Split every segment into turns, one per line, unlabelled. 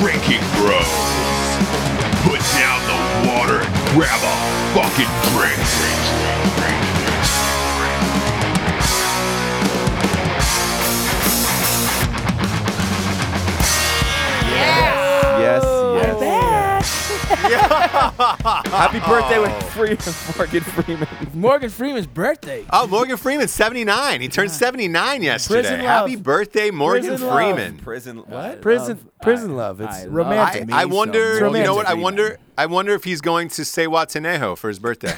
drinking bros. Put down the water and grab a fucking drink.
Yes,
Oh,
yes. Happy birthday
Oh.
with Free Morgan Freeman.
Morgan Freeman's birthday.
Oh, Morgan Freeman's 79. He turned 79 yesterday.
Prison love.
Happy birthday, Morgan
Prison love.
Freeman.
Prison. What?
Prison,
Love.
prison
I-
love. It's
I love
romantic.
I, I wonder.
Morgan
you know what? I
Freeman.
wonder. I wonder if he's going to say Watanejo for his birthday.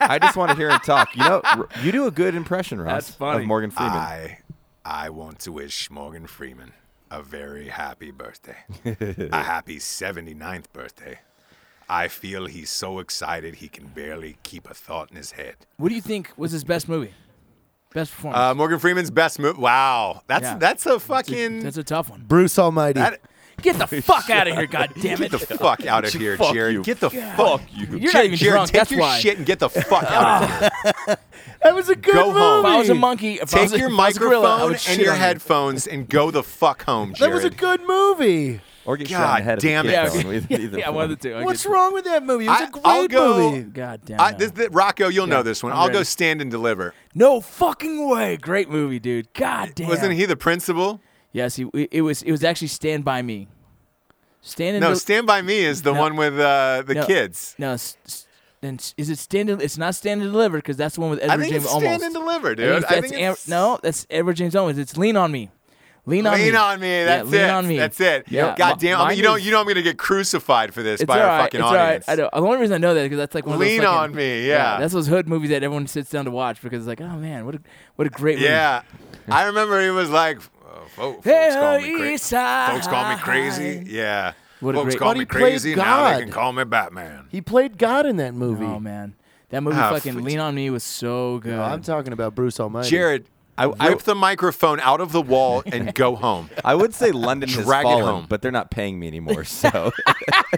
I just want to hear him talk. You know, r- you do a good impression, Ross.
That's funny.
Of Morgan Freeman.
I, I want to wish Morgan Freeman a very happy birthday, a happy 79th birthday. I feel he's so excited he can barely keep a thought in his head.
What do you think was his best movie? Best performance.
Uh, Morgan Freeman's best move. Wow, that's
Yeah.
that's a
That's a-
fucking
that's a tough one.
Bruce Almighty.
that-
Get the fuck out of here, God damn
get
it!
the fuck out of here,
Fuck
Jared.
you.
Get the
Fuck
fuck.
you.
You're
Jared,
not even
Jared,
drunk.
take
that's
your
why. Ah,
shit and get the fuck out of here.
That was a good
Go home.
If I was a monkey, if I
Take
was a-
your
if I was a gorilla, I
microphone
would shit
and your
on you.
headphones and go the fuck home,
That
Jared.
was a good movie.
Or get shot
God
in the head
damn it.
of a
Yeah,
kid phone. Either- either
yeah, one of the two. I
What's
get-
wrong with that movie? It was a
I-
great
I'll go-
movie.
God damn.
I,
it.
this, this, Rocco, you'll know this one.
I'm
I'll go
ready.
stand and deliver.
No fucking way! Great movie, dude. God damn.
Wasn't he the principal?
Yes, he. It was. It was actually Stand by Me. Stand and
No,
Del-
Stand By Me is the
No.
one with uh, the
No.
kids.
No, s- s- and s- is it stand? And, it's not stand and deliver because that's the one with Edward
I think
James
it's
almost.
Stand and Deliver,
I
dude.
think
I
that's
think
Am-
it's
no, that's Edward James almost. It's lean on me. Lean on me.
Lean on me.
Yeah,
That's
lean
it.
on me.
That's it.
Yeah.
God damn. I
Mine
mean, you know,
is-
you know, I'm gonna get crucified for this
It's
by our
all right.
fucking
it's
audience.
all right. I know. The only reason I know that is because that's like one of
Lean
those fucking,
on me, yeah.
that's those hood movies that everyone sits down to watch because it's like, oh man, what a what a great movie.
Yeah. I remember he was like, oh, fo- folks, call
Hell,
me
East
crazy.
Side.
folks call me crazy. Yeah.
What a
folks
great-
call
But
me
he played
crazy. Now they
God.
can call me Batman.
He played God in that movie.
Oh man, that movie
Ah,
fucking
fuck.
Lean on Me was so good.
No, I'm talking about Bruce Almighty.
Jared, I,
I-
rip the microphone out of the wall and go home.
I would say London has
Drag it
fallen,
home.
but they're not paying me anymore. So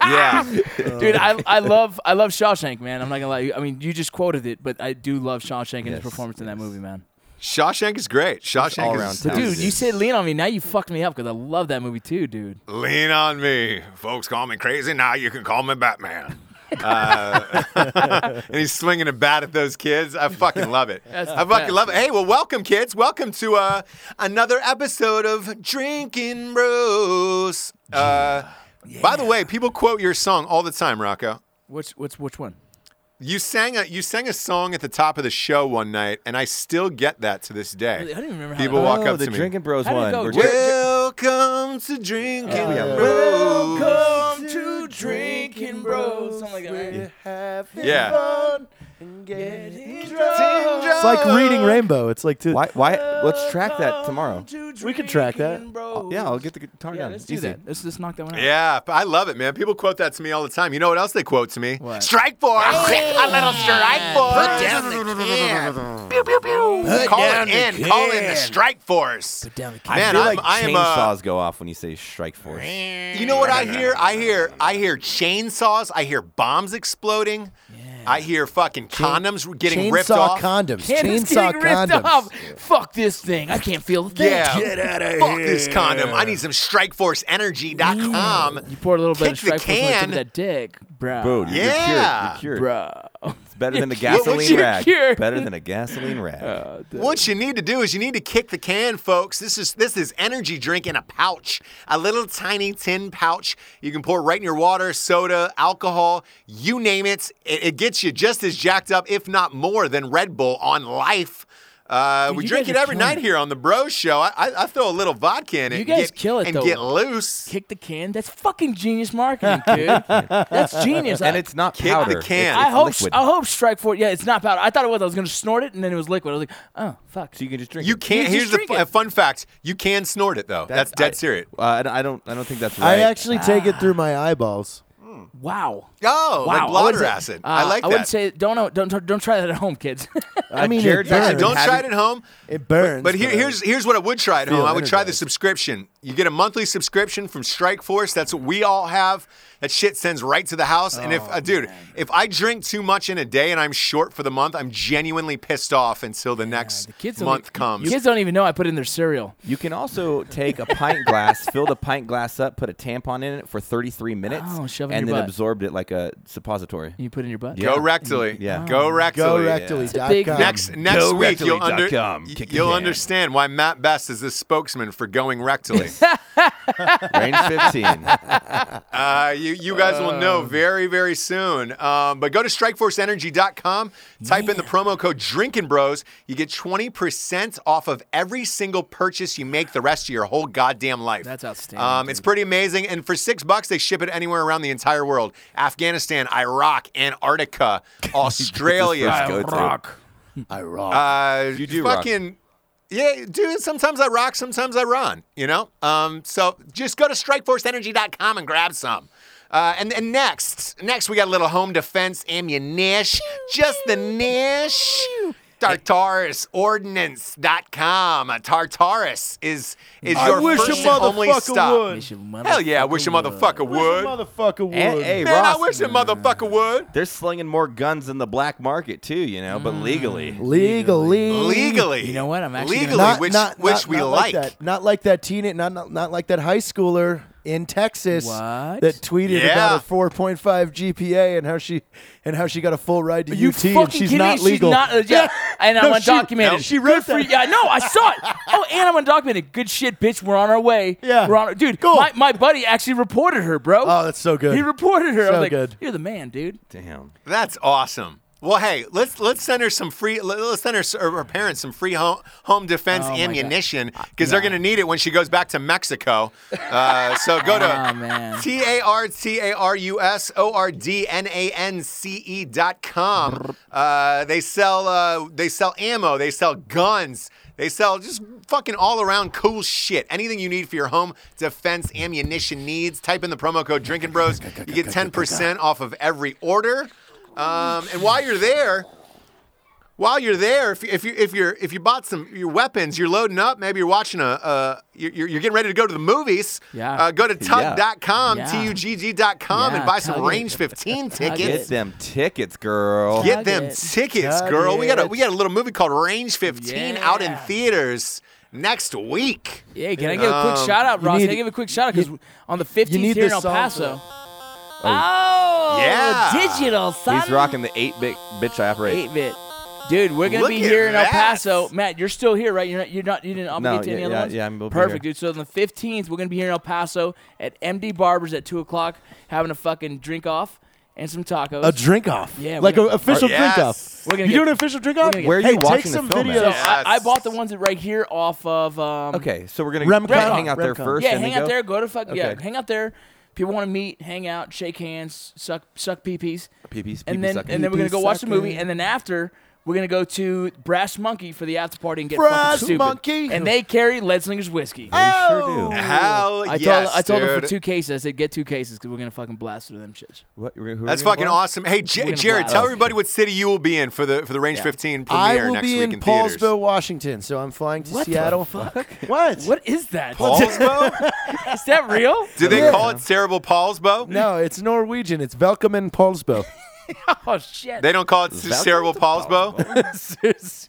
yeah.
Dude, I, I love I love Shawshank, man. I'm not gonna lie. to you. I mean, you just quoted it, but I do love Shawshank and his
Yes,
performance in that movie, man.
Shawshank is great. Shawshank
all-around
is
talent.
Dude, you
Yes.
said lean on me. Now you fucked me up because I love that movie too, dude.
Lean on me. Folks call me crazy. Now you can call me Batman. uh, and he's swinging a bat at those kids. I fucking love it. I
the
fucking
best.
love it. Hey, well, welcome, kids. Welcome to uh, another episode of Drinking Bros. Uh, By the way, people quote your song all the time, Rocco.
Which which which one?
You sang a you sang a song at the top of the show one night, and I still get that to this day.
I don't even remember how
People
it
walk
Oh,
up
the
to me.
Drinking Bros
How did it
one.
go,
We're
Jer-
just-
Welcome to Drinking
Oh,
yeah.
Bros.
Welcome to drinking, bro. Something like that. right?
Yeah.
It's like reading Rainbow. It's like to.
Why? Why? Let's track that tomorrow.
We could track that.
Oh, Yeah, I'll get the guitar
Yeah,
down.
let's do
Easy.
that. Let's just knock that one out.
Yeah, I love it, man. People quote that to me all the time. You know what else they quote to me?
What?
Strike force. a little strike force. Put down the Call it in. Call in the strike force.
Down the
I
Man,
feel
I'm-
like
I am, uh,
chainsaws go off when you say strike force.
You know what I hear? I hear I hear chainsaws. I hear bombs exploding. I hear fucking condoms getting
chainsaw
ripped off.
condoms.
Candace
chainsaw
getting ripped
condoms.
off. Fuck this thing. I can't feel a thing.
yeah. Fuck this condom. I need some strikeforceenergy.com.
You poured a little bit of
Kick the
strike force on the
can.
tip of that dick, bro.
Bro, you're
Yeah.
cured. You're cured.
bro.
It's better than a
cured.
gasoline
You're
rag.
cured. Uh,
Better than a gasoline rag.
What you need to do is you need to kick the can, folks. This is this is energy drink in a pouch, a little tiny tin pouch. You can pour right in your water, soda, alcohol, you name it. It, it gets you just as jacked up, if not more, than Red Bull on life. Uh, we
you
drink
guys
it
are
every
killing
night
it.
here on the Bro Show. I, I, I throw a little vodka in it.
You
and
guys
get-
kill it,
and
though.
get loose.
kick the can. That's fucking genius marketing, dude. That's genius.
And
I-
it's not
Kick the
powder.
can.
It's,
I
it's
hope
liquid.
I hope Strike Force. Yeah, it's not powder. I thought it was. I was gonna snort it, and then it was liquid. I was like, oh fuck.
so you can just drink.
You
it.
can't.
just
Here's the
drink
fu-
it.
a fun fact: you can snort it though. That's, dead
I-
serious.
Uh, I don't- I don't. I don't think that's right.
I actually take it through my eyeballs.
Wow.
Oh, like
Wow, I wouldn't
blotter
say-
acid.
uh,
I like that.
I wouldn't say don't know- don't don't try that at home, kids.
I mean,
Uh, Jared
it
Dyer,
burns.
Dude,
Don't
have
try it
you-
at home.
It burns.
But here,
I-
here's here's what I would try at home. I would try the
energized.
subscription. You get a monthly subscription from Strike Force. That's what we all have. That shit sends right to the house. and if, uh, dude, if I drink too much in a day and I'm short for the month, I'm genuinely pissed off until the next
the kids don't
month
e-
comes.
Kids don't even know I put in their cereal.
You can also take a pint glass, fill the pint glass up, put a tampon in it for 33 minutes,
Oh, shove it in
and
your
then
butt.
absorbed it like a suppository.
You put in your butt.
Yeah.
Go rectally.
Yeah.
Go rectally.
go
It's a big-
rectally.com.
Next next week you'll under,
GoRectally.com. Kick the
you'll
can.
understand why Matt Best is the spokesman for going rectally.
Range 15.
Uh, you, you guys will know
Um.
very, very soon. Um, but go to strikeforceenergy.com, type in the promo code Drinking Bros. You get 20% off of every single purchase you make the rest of your whole goddamn life.
That's outstanding,
Um, it's pretty amazing. And for six bucks, they ship it anywhere around the entire world Afghanistan, Iraq,
Oh
Antarctica, Australia.
Let's go to-
uh,
You do rock.
fucking. Yeah, dude, sometimes I rock, sometimes I run, you know? Um, so just go to strikeforceenergy.com and grab some. Uh, and, and next, next we got a little home defense ammunition, just the niche. TartarusOrdinance.com. Uh, Tartarus is is your
wish a
first and only
motherfucker
stop.
would.
Wish a
Hell yeah, I
motherfucker
wish a
would.
motherfucker would.
Motherfucker would.
And- hey,
Man, I
Ross,
wish a motherfucker would.
they're slinging more guns in the black market too, you know, but legally.
Mm.
legally.
Legally.
You know what? I'm actually gonna-
legally,
Not,
which
not,
which
not,
we
not like. that. Not like that teen, not, not not like that high schooler in Texas
What?
that tweeted
Yeah.
about her 4.5 GPA and how she and how she got a full ride to
You
UT
fucking
and she's
kidding
not
me?
legal.
She's not, uh, yeah, and I'm
No, she-
undocumented.
no, she wrote
Good for
that.
you. Yeah, no, I saw it. Oh, and I'm undocumented. Good shit, bitch. We're on our way.
Yeah.
we're on. Our, dude,
Cool.
my, my buddy actually reported her, bro.
Oh, that's so good.
He reported her. I
So
was like,
good.
you're the man, dude.
Damn.
That's awesome. Well, hey, let's let's send her some free. let- Let's send her s- or her parents some free home home defense
my God.
ammunition
Uh,
because they're gonna need it when she goes back to Mexico. Uh, so go
Oh,
to
man.
T A R T A R U S O R D N A N C E dot com. Uh, they sell uh, they sell ammo, they sell guns, they sell just fucking all around cool shit. Anything you need for your home defense ammunition needs. Type in the promo code Drinking Bros. You get ten percent off of every order. Um, and while you're there, while you're there, if, if you if you're if you bought some your weapons, you're loading up. Maybe you're watching a uh, you're, you're you're getting ready to go to the movies.
Yeah.
Uh, go to tug.com,
Yeah.
tugg.com, and
Yeah,
buy some
tug it.
Range 15
Get
tickets.
them tickets, girl.
Yeah.
Get them
Tug it.
tickets,
Tug
girl. We got a
it.
we got a little movie called Range 15 out in
Yeah.
theaters next week.
Yeah, can I give a quick
Um,
shout out,
you
Ross?
need-
can I give a quick shout out because on the 15th
need
here in
this
El
song
Paso.
for-
Oh,
Yeah.
digital son.
He's rocking the 8 bit bitch operate.
eight bit. Dude, we're gonna
Look
be
at
here in El
that.
Paso. Matt, you're still here, right? You're not. You're not. You didn't obligate
No,
to
yeah,
any other
yeah,
ones.
yeah, I'm- we'll be
Perfect,
here.
dude. So on the 15th, we're gonna be here in El Paso at MD Barbers at two o'clock, having a fucking drink off and some tacos.
a drink off.
Yeah,
like
we're
an
gonna-
official
Yes.
drink off.
We're gonna
you
get-
doing an official drink off?
gonna get-
Oh, Where are
hey,
you watching
take some
the film at?
videos.
Yeah.
I, I
Yes.
bought the ones that right here off of. Um,
Okay, so we're going
Remcon.
to hang out there
Remcon.
first.
Yeah,
and then
hang out
go?
there. Go to fuck. Yeah,
Okay.
hang out there. People want to meet, hang out, shake hands, suck suck peepees,
Pee-pees,
and
pee-pee
then
sucking.
and then we're gonna go
Pee-pee
watch the movie,
sucking.
and then after we're gonna go to Brass Monkey for the after party and get
Brass
fucking stupid.
Monkey.
And they carry Ledslinger's whiskey.
We
Oh.
sure do.
Hell
I
yes,
told I told them for
dude.
two cases. I said get two cases because we're gonna fucking blast through them shits.
What, who are we
That's
gonna
fucking
block?
awesome. Hey, J-
We're gonna
Jared,
blast.
tell everybody what city you will be in for the for the Range 15
I
premiere
will
next
be
week
in,
in theaters.
Paulsville, Washington, so I'm flying to
What the
Seattle.
fuck?
What?
What is that? Is
Paulsbo?
that real?
Do they
Yeah.
call it Cerebral Paulsbo?
No, it's Norwegian. It's Velkommen Polsbo.
Oh shit!
They don't call it
Velcro
Cerebral
to
Paulsbo?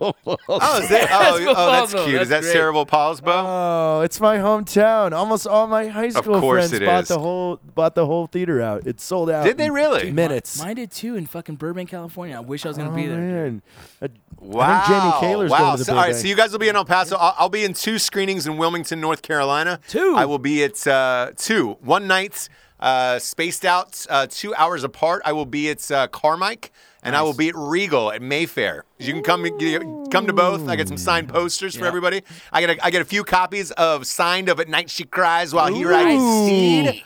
Oh, is that, oh,
Cerebral
oh, that's
palsy.
cute. Is that
That's great.
Cerebral Palsbo?
Oh, it's my hometown. Almost all my high school
course
friends
it
bought
is.
the whole bought the whole theater out. It sold out.
Did they
in
really?
Minutes.
Mine did too in fucking Burbank, California. I wish I was gonna
oh,
be there.
man. I-
wow.
I think Jamie Kaler's
wow.
going to the
so, all right,
Burbank.
so you guys will be in El Paso. I'll, I'll be in two screenings in Wilmington, North Carolina.
Two?
I will be at uh, two. One night, uh, spaced out uh, two hours apart. I will be at uh, Carmike. And I will be at Regal at Mayfair. You can come you- come to both. I got some
Mm.
signed posters for
Yeah.
everybody. I got a, I got a few copies of signed of At Night She Cries While Here I Seed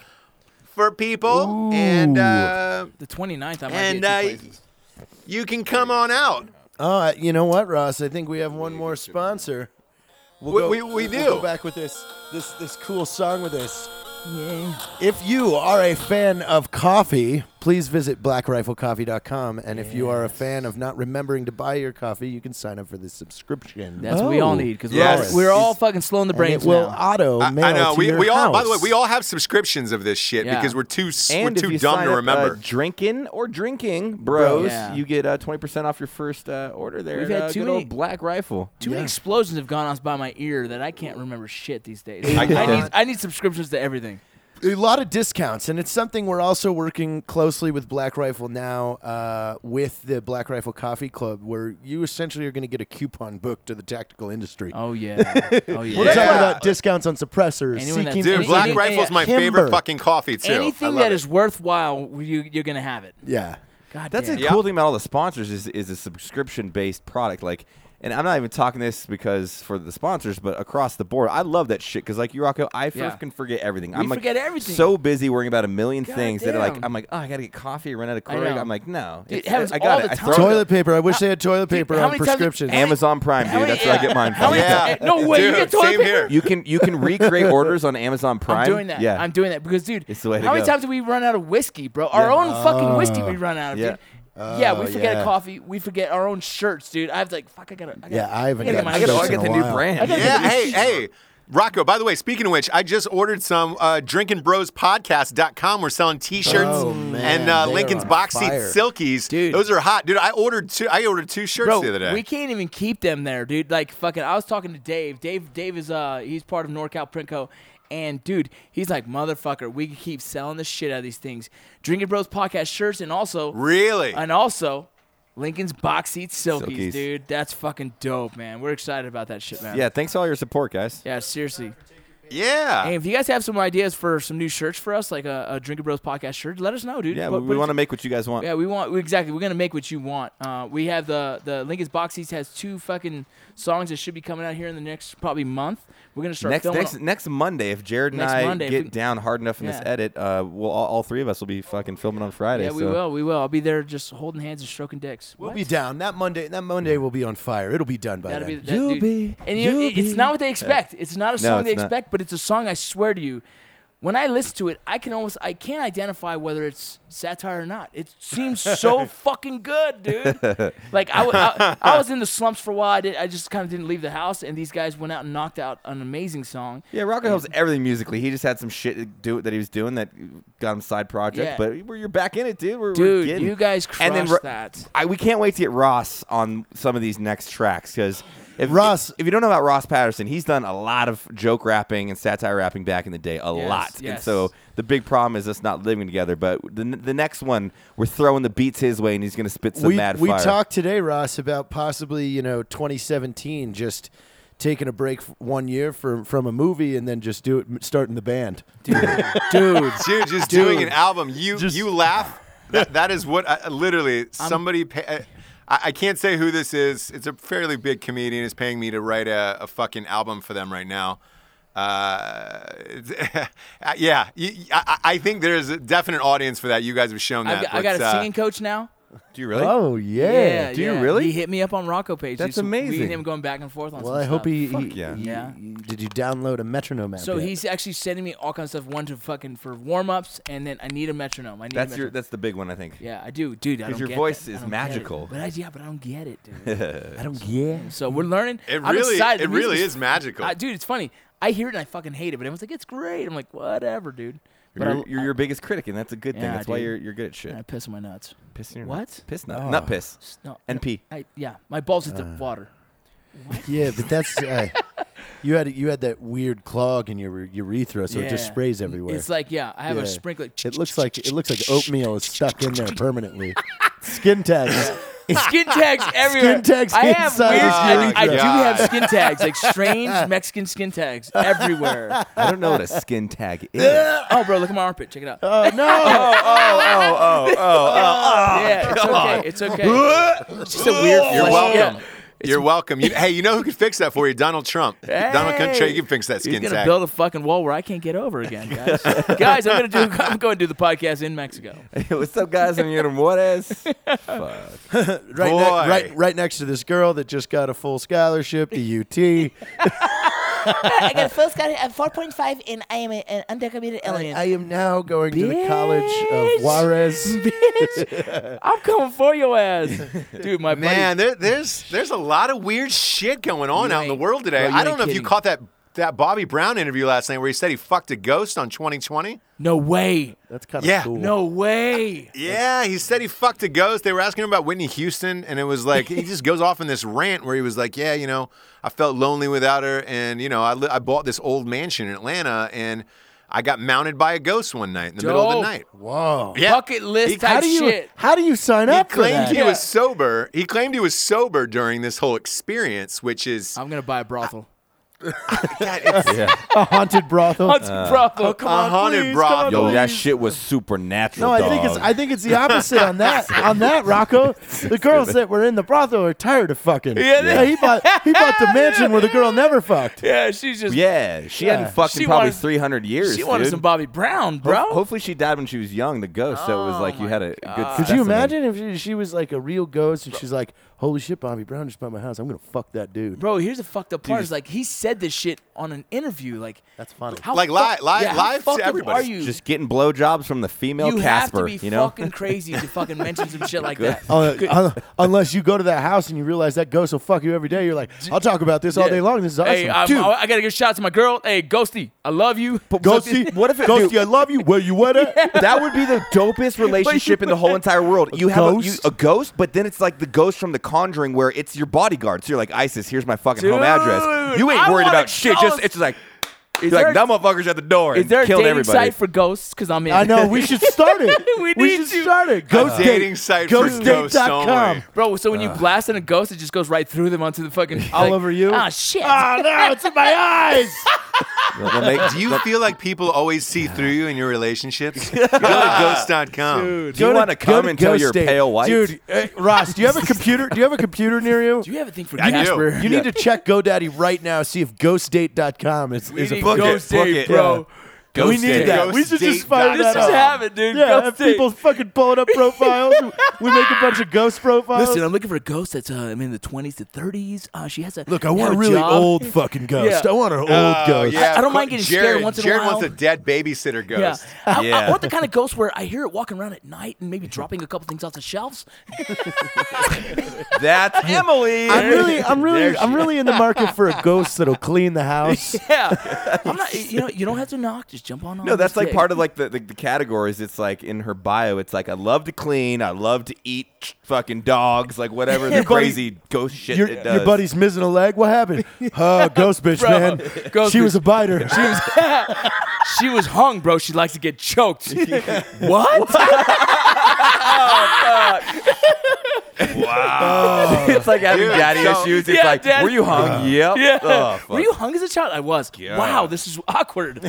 for people. And uh,
The 29th, I might
And,
be at
uh,
two places.
you can come on out.
Oh, I- you know what, Ross? I think we have one more sponsor. We'll
We- we- we
we'll
do.
go back with this this this cool song with this If you are a fan of coffee, please visit blackriflecoffee.com. And if you are a fan of not remembering to buy your coffee, you can sign up for this subscription.
That's what we all
Oh.
need because
Yes.
we're, all, we're all fucking slowing the
And it
brains
will
now.
auto
I,
mail
I know.
to
We,
your
we all, by the way,
house.
we all have subscriptions of this shit
Yeah.
because we're too s-
And
we're
if
too
you
dumb
sign
to
up,
remember.
uh, drinking or drinking, bros,
Yeah.
you get uh, 20% off your first uh, order there.
We've
at,
had
uh,
too
good
many-
old Black Rifle.
Too many explosions have gone off by my ear that I can't remember shit these days.
I
I,
can't.
need, I need subscriptions to everything.
a lot of discounts, and it's something we're also working closely with Black Rifle now uh, with the Black Rifle Coffee Club, where you essentially are going to get a coupon book to the tactical industry.
Oh yeah. Oh yeah.
We're talking
Yeah.
about discounts on suppressors,
Anyone that's-
seeking
Dude,
Any-
Black
any-
Rifle's my
any-
favorite
Timber.
fucking coffee too. I
Anything
love
that
it.
is worthwhile, you, you're gonna have it.
yeah.
God
That's
damn.
the
Yeah.
cool thing about all the sponsors is is a subscription based product. Like, and I'm not even talking this because for the sponsors, but across the board, I love that shit. Because like you, Rocco, I
Yeah.
fucking forget everything. I'm like
forget everything.
so busy worrying about a million things that like
damn.
I'm like, oh, I gotta get coffee, I run out of
I
Keurig.
know.
I'm like, no,
Dude,
it's-
it happens
I got
all
it.
the
I
time.
throw it-
Toilet paper. I wish they had toilet paper
how
on
many times-
prescriptions.
how many-
Amazon Prime,
How
dude.
many-
That's where I
yeah.
get mine
How
from.
many-
Yeah.
No way. you
Dude,
get toilet
same
paper?
here.
You can you can recreate orders on Amazon Prime.
I'm doing that.
Yeah,
I'm doing that because, dude,
It's the way to
how many
go.
times do we run out of whiskey, bro? Our own fucking whiskey we run out of,
Yeah.
dude. yeah, we
Oh,
forget
yeah.
a coffee. We forget our own shirts, dude. I have to, like, fuck, I gotta. I gotta
Yeah, I haven't
gotta get
gotten
my
I gotta
shirts.
shirts
I
in
get
a
the new
while.
brand.
gotta
dude.
get
Yeah, hey, hey. Rocco, by the way, speaking of which, I just ordered some uh, drinkandbrospodcast.com. We're selling t shirts
Oh, man,
and uh,
they are
Lincoln's
on
box seat
fire.
silkies.
Dude.
Those are hot. Dude, I ordered two I ordered two shirts
Bro,
the other day.
we can't even keep them there, dude. Like fucking, I was talking to Dave. Dave, Dave is uh, he's part of NorCal Print Co. And dude, he's like, motherfucker, we can keep selling the shit out of these things. Drinking Bros podcast shirts, and also,
really?
and also, Lincoln's box seat silkies,
Silkies.
dude. That's fucking dope, man. We're excited about that shit, man.
Yeah, thanks for all your support, guys.
yeah, seriously.
yeah.
Hey, if you guys have some ideas for some new shirts for us, like a, a Drinking Bros podcast shirt, let us know, dude.
Yeah,
Put-
we,
put it
want to make what you guys want.
yeah, we want we, exactly. We're gonna make what you want. Uh, we have the the Lincoln's box seats has two fucking songs that should be coming out here in the next probably month. We're gonna start
next
filming.
next next Monday, if Jared and
Next
I
Monday, if
get
we-
down hard enough in this
Yeah.
edit, uh, we'll all, all three of us will be fucking filming on Friday.
yeah, we
so-
will. We will. I'll be there just holding hands and stroking dicks.
We'll
What?
be down that Monday. That Monday will be on fire. It'll be done by
That'll be
then.
that, dude. And you know, it- it's not what they expect. It's not a song they
it's not.
expect, but it's a song. I swear to you, when I listen to it, I can almost I can't identify whether it's satire or not. It seems so fucking good, dude. Like I, wa- I, I was in the slumps for a while. I did. I just kind of didn't leave the house, and these guys went out and knocked out an amazing song.
Yeah, Rocco helps everything musically. He just had some shit to do that he was doing that got him side project.
Yeah.
But we're, you're back in it, dude. We're, we're
Dude,
getting-
you guys
and then
crushed
Ro-
that.
I, we can't wait to get Ross on some of these next tracks because if
Ross-
if, you don't know about Ross Patterson, he's done a lot of joke rapping and satire rapping back in the day, a
Yes,
lot. And
yes.
so the big problem is us not living together. But the the next one, we're throwing the beats his way, and he's gonna spit some
we
mad
we
fire.
talked today, Ross, about possibly you know 2017 just taking a break f- one year from from a movie and then just do it starting the band.
Dude,
Dude, just doing an album. You you laugh. That, that is what I, literally somebody. Pa- I, I can't say who this is. It's a fairly big comedian is paying me to write a, a fucking album for them right now. Uh, yeah, you, I, I I think there's a definite audience for that. You guys have shown that.
I've got, I
but,
got a
uh,
singing coach now.
Do you really?
Oh yeah.
do you really?
He hit me up on Rocco page.
That's
Dude, so We
amazing.
and him going back and forth on.
Well,
some
I hope
stuff.
he. he-
yeah.
he-
Yeah.
Did you download a metronome app?
So
yet?
he's actually sending me all kinds of stuff. One to fucking for warm ups, and then I need a metronome. I need
That's
a
your.
metronome.
That's the big one, I think.
yeah, I do, dude. Because
your voice is magical.
But I, yeah, but I don't get it, dude.
I don't get.
so we're learning.
It
I'm
really,
excited.
it
The music
really is magical.
I- dude, it's funny. I hear it and I fucking hate it, but everyone's like, "It's great." I'm like, "Whatever, dude." But I,
You're, you're your biggest critic, and that's a good thing.
Yeah,
That's why
dude.
you're you're good at shit.
I piss in my nuts.
Piss in your
What?
nuts. Piss
Oh.
nut. Nut piss.
No,
And pee. Uh,
I, yeah, my balls hit the water.
Yeah, but that's. Uh, you had you had that weird clog in your urethra, so it just
Yeah.
sprays everywhere.
It's like yeah, I have
Yeah.
a sprinkler.
It looks like it looks like oatmeal is stuck in there permanently. Skin tags.
skin tags everywhere.
tags
I have
inside
weird.
his
I, I do
urethra.
have
Oh, God.
skin tags, like strange Mexican skin tags everywhere.
I don't know what a skin tag is.
oh, bro, look at my armpit. Check it out. oh,
Oh no!
yeah, it's okay. It's okay. It's just a weird.
Oh. You're
flesh-
welcome.
yeah.
You're welcome. You, hey, you know who could fix that for you? Donald Trump. Donald
Hey.
Trump, you can fix that
He's
skin
gonna
tag.
build a fucking wall where I can't get over again, guys. guys, I'm gonna do. I'm going to do the podcast in Mexico.
What's up, guys? I'm Yoram Juarez.
Right, ne-
Boy.
right, right next to this girl that just got a full scholarship to UT.
I got full Scott at 4.5, and I am a, an undocumented
I,
alien.
I am now going to the college of Juarez.
Bitch, I'm coming for your ass, dude. My
Man, there, there's there's a lot of weird shit going on
You
out in the
ain't-
world today.
bro, you
I don't
ain't
know if you
kidding.
caught that that Bobby Brown interview last night where he said he fucked a ghost on 2020.
buddy, no way,
That's kind of
Yeah,
cool.
no way.
Yeah, he said he fucked a ghost. They were asking him about Whitney Houston, and it was like he just goes off in this rant where he was like, "Yeah, you know, I felt lonely without her, and you know, I, li- I bought this old mansion in Atlanta, and I got mounted by a ghost one night in the middle of the
Dope.
night."
Whoa.
Yeah,
Bucket list
He-
type
How do you
shit.
how do you sign
He
up for
claimed
that?
he was
Yeah.
sober. He claimed he was sober during this whole experience, which is
I'm gonna buy a brothel.
God, it's-
A haunted brothel.
Haunted brothel. come
a
on,
haunted
please,
brothel.
come on,
Yo,
please.
that shit was supernatural.
No, I think it's
dog.
I think it's the opposite on that on that Rocco. The girls that were in the brothel are tired of fucking.
Yeah, they-
he bought he bought the mansion where the girl never fucked.
Yeah, she's just.
yeah, she
Yeah.
hadn't fucked
She
in probably
wanted-
300 years.
she wanted
dude.
some Bobby Brown, bro. Oh
Ho- hopefully, she died when she was young, the ghost. so it was like you had a good.
Could
specimen.
you imagine if she, she was like a real ghost and she's like, "Holy shit, Bobby Brown just bought my house. I'm gonna fuck that dude."
Bro, here's the fucked up part. Is like he said this shit on an interview. Like
That's funny.
how
Like, li-
fuck-
li-
yeah, how
live to
fucked up
everybody.
Are you?
Just getting blowjobs from the female
you
Casper.
have to be
you know,
fucking crazy to fucking mention some shit like that.
Uh, uh, unless you go to that house and you realize that ghost will fuck you every day, you're like, "I'll talk about this all
Yeah.
day long. This is awesome,
Hey, I'm-
dude."
I, I gotta give a shout out to my girl. Hey, Ghosty, I love you.
Ghosty,
what if it-
Ghosty,
dude-
I love you. Where you at? at?
that would be the dopest relationship in the whole entire world. You have a, you,
ghost?
a ghost, but then it's like the ghost from The Conjuring, where it's your bodyguard. So you're like ISIS. Here's my fucking home address.
Dude,
You ain't
I
worried
want a
about shit.
ghost.
Just it's just like you're
there
like
a-
that motherfucker's at the door.
Is
and
there a
killed
dating
everybody.
site for ghosts? Because I'm in.
I know we should start it.
We need
should
to.
start it. Ghost
dating site for ghosts, don't
ghostdate.com.
worry.
Bro, so when you blast in a ghost, it just goes right through them onto the fucking.
All over you?
Ah, shit.
Oh no, it's in my eyes.
They'll make-
Do you feel like people always see through you in your relationships? Go to ghost.com.
Do you
Go
want to
go
come and tell
Ghost
your
Date.
pale wife?
Dude, uh, Ross, do you have a computer? Do you have a computer near you?
Do you have a thing for
I do.
Casper?
You need to check GoDaddy right now. See if GhostDate.com is
We
is a
need
book.
it,
ghost
book
date,
it.
bro.
Ghost
we need
date.
that. we should just find
Ghost
that
Just
date.
out.
have it, dude.
yeah,
ghost
have
date.
people fucking pulling up profiles. we make a bunch of ghost profiles.
Listen, I'm looking for a ghost that's uh, I'm in the 20s to 30s. Uh, she has a
Look, I
have
want a
a
really
job.
old fucking ghost.
Yeah.
I want an old
Oh,
ghost.
yeah,
I- I don't
of
mind
cour-
getting
Jared,
scared once in a
Jared wants
while.
a dead babysitter
Yeah.
ghost.
I,
Yeah.
I want the kind of ghost where I hear it walking around at night and maybe dropping a couple things off the shelves.
That's Emily.
I'm really, I'm really, I'm really in the market for a ghost that'll clean the house.
Yeah, I'm not. You know, you don't have to knock. Just jump on.
No, that's like part of like the, the, the categories. It's like in her bio, it's like I love to clean, I love to eat fucking dogs, like whatever the
Your buddy-
crazy ghost shit
Your,
it
your
does.
buddy's missing a leg. What happened? Uh, ghost bitch,
Bro,
man.
ghost
she was
bitch.
a biter.
She was, she was hung, bro. She likes to get choked. what?
it's like having
Dude,
daddy
so- Uh,
issues. It's
Yeah,
like,
dad-
were you hung? yep.
Yeah.
Oh, fuck.
Were you hung as a child? I was. Wow, this is awkward.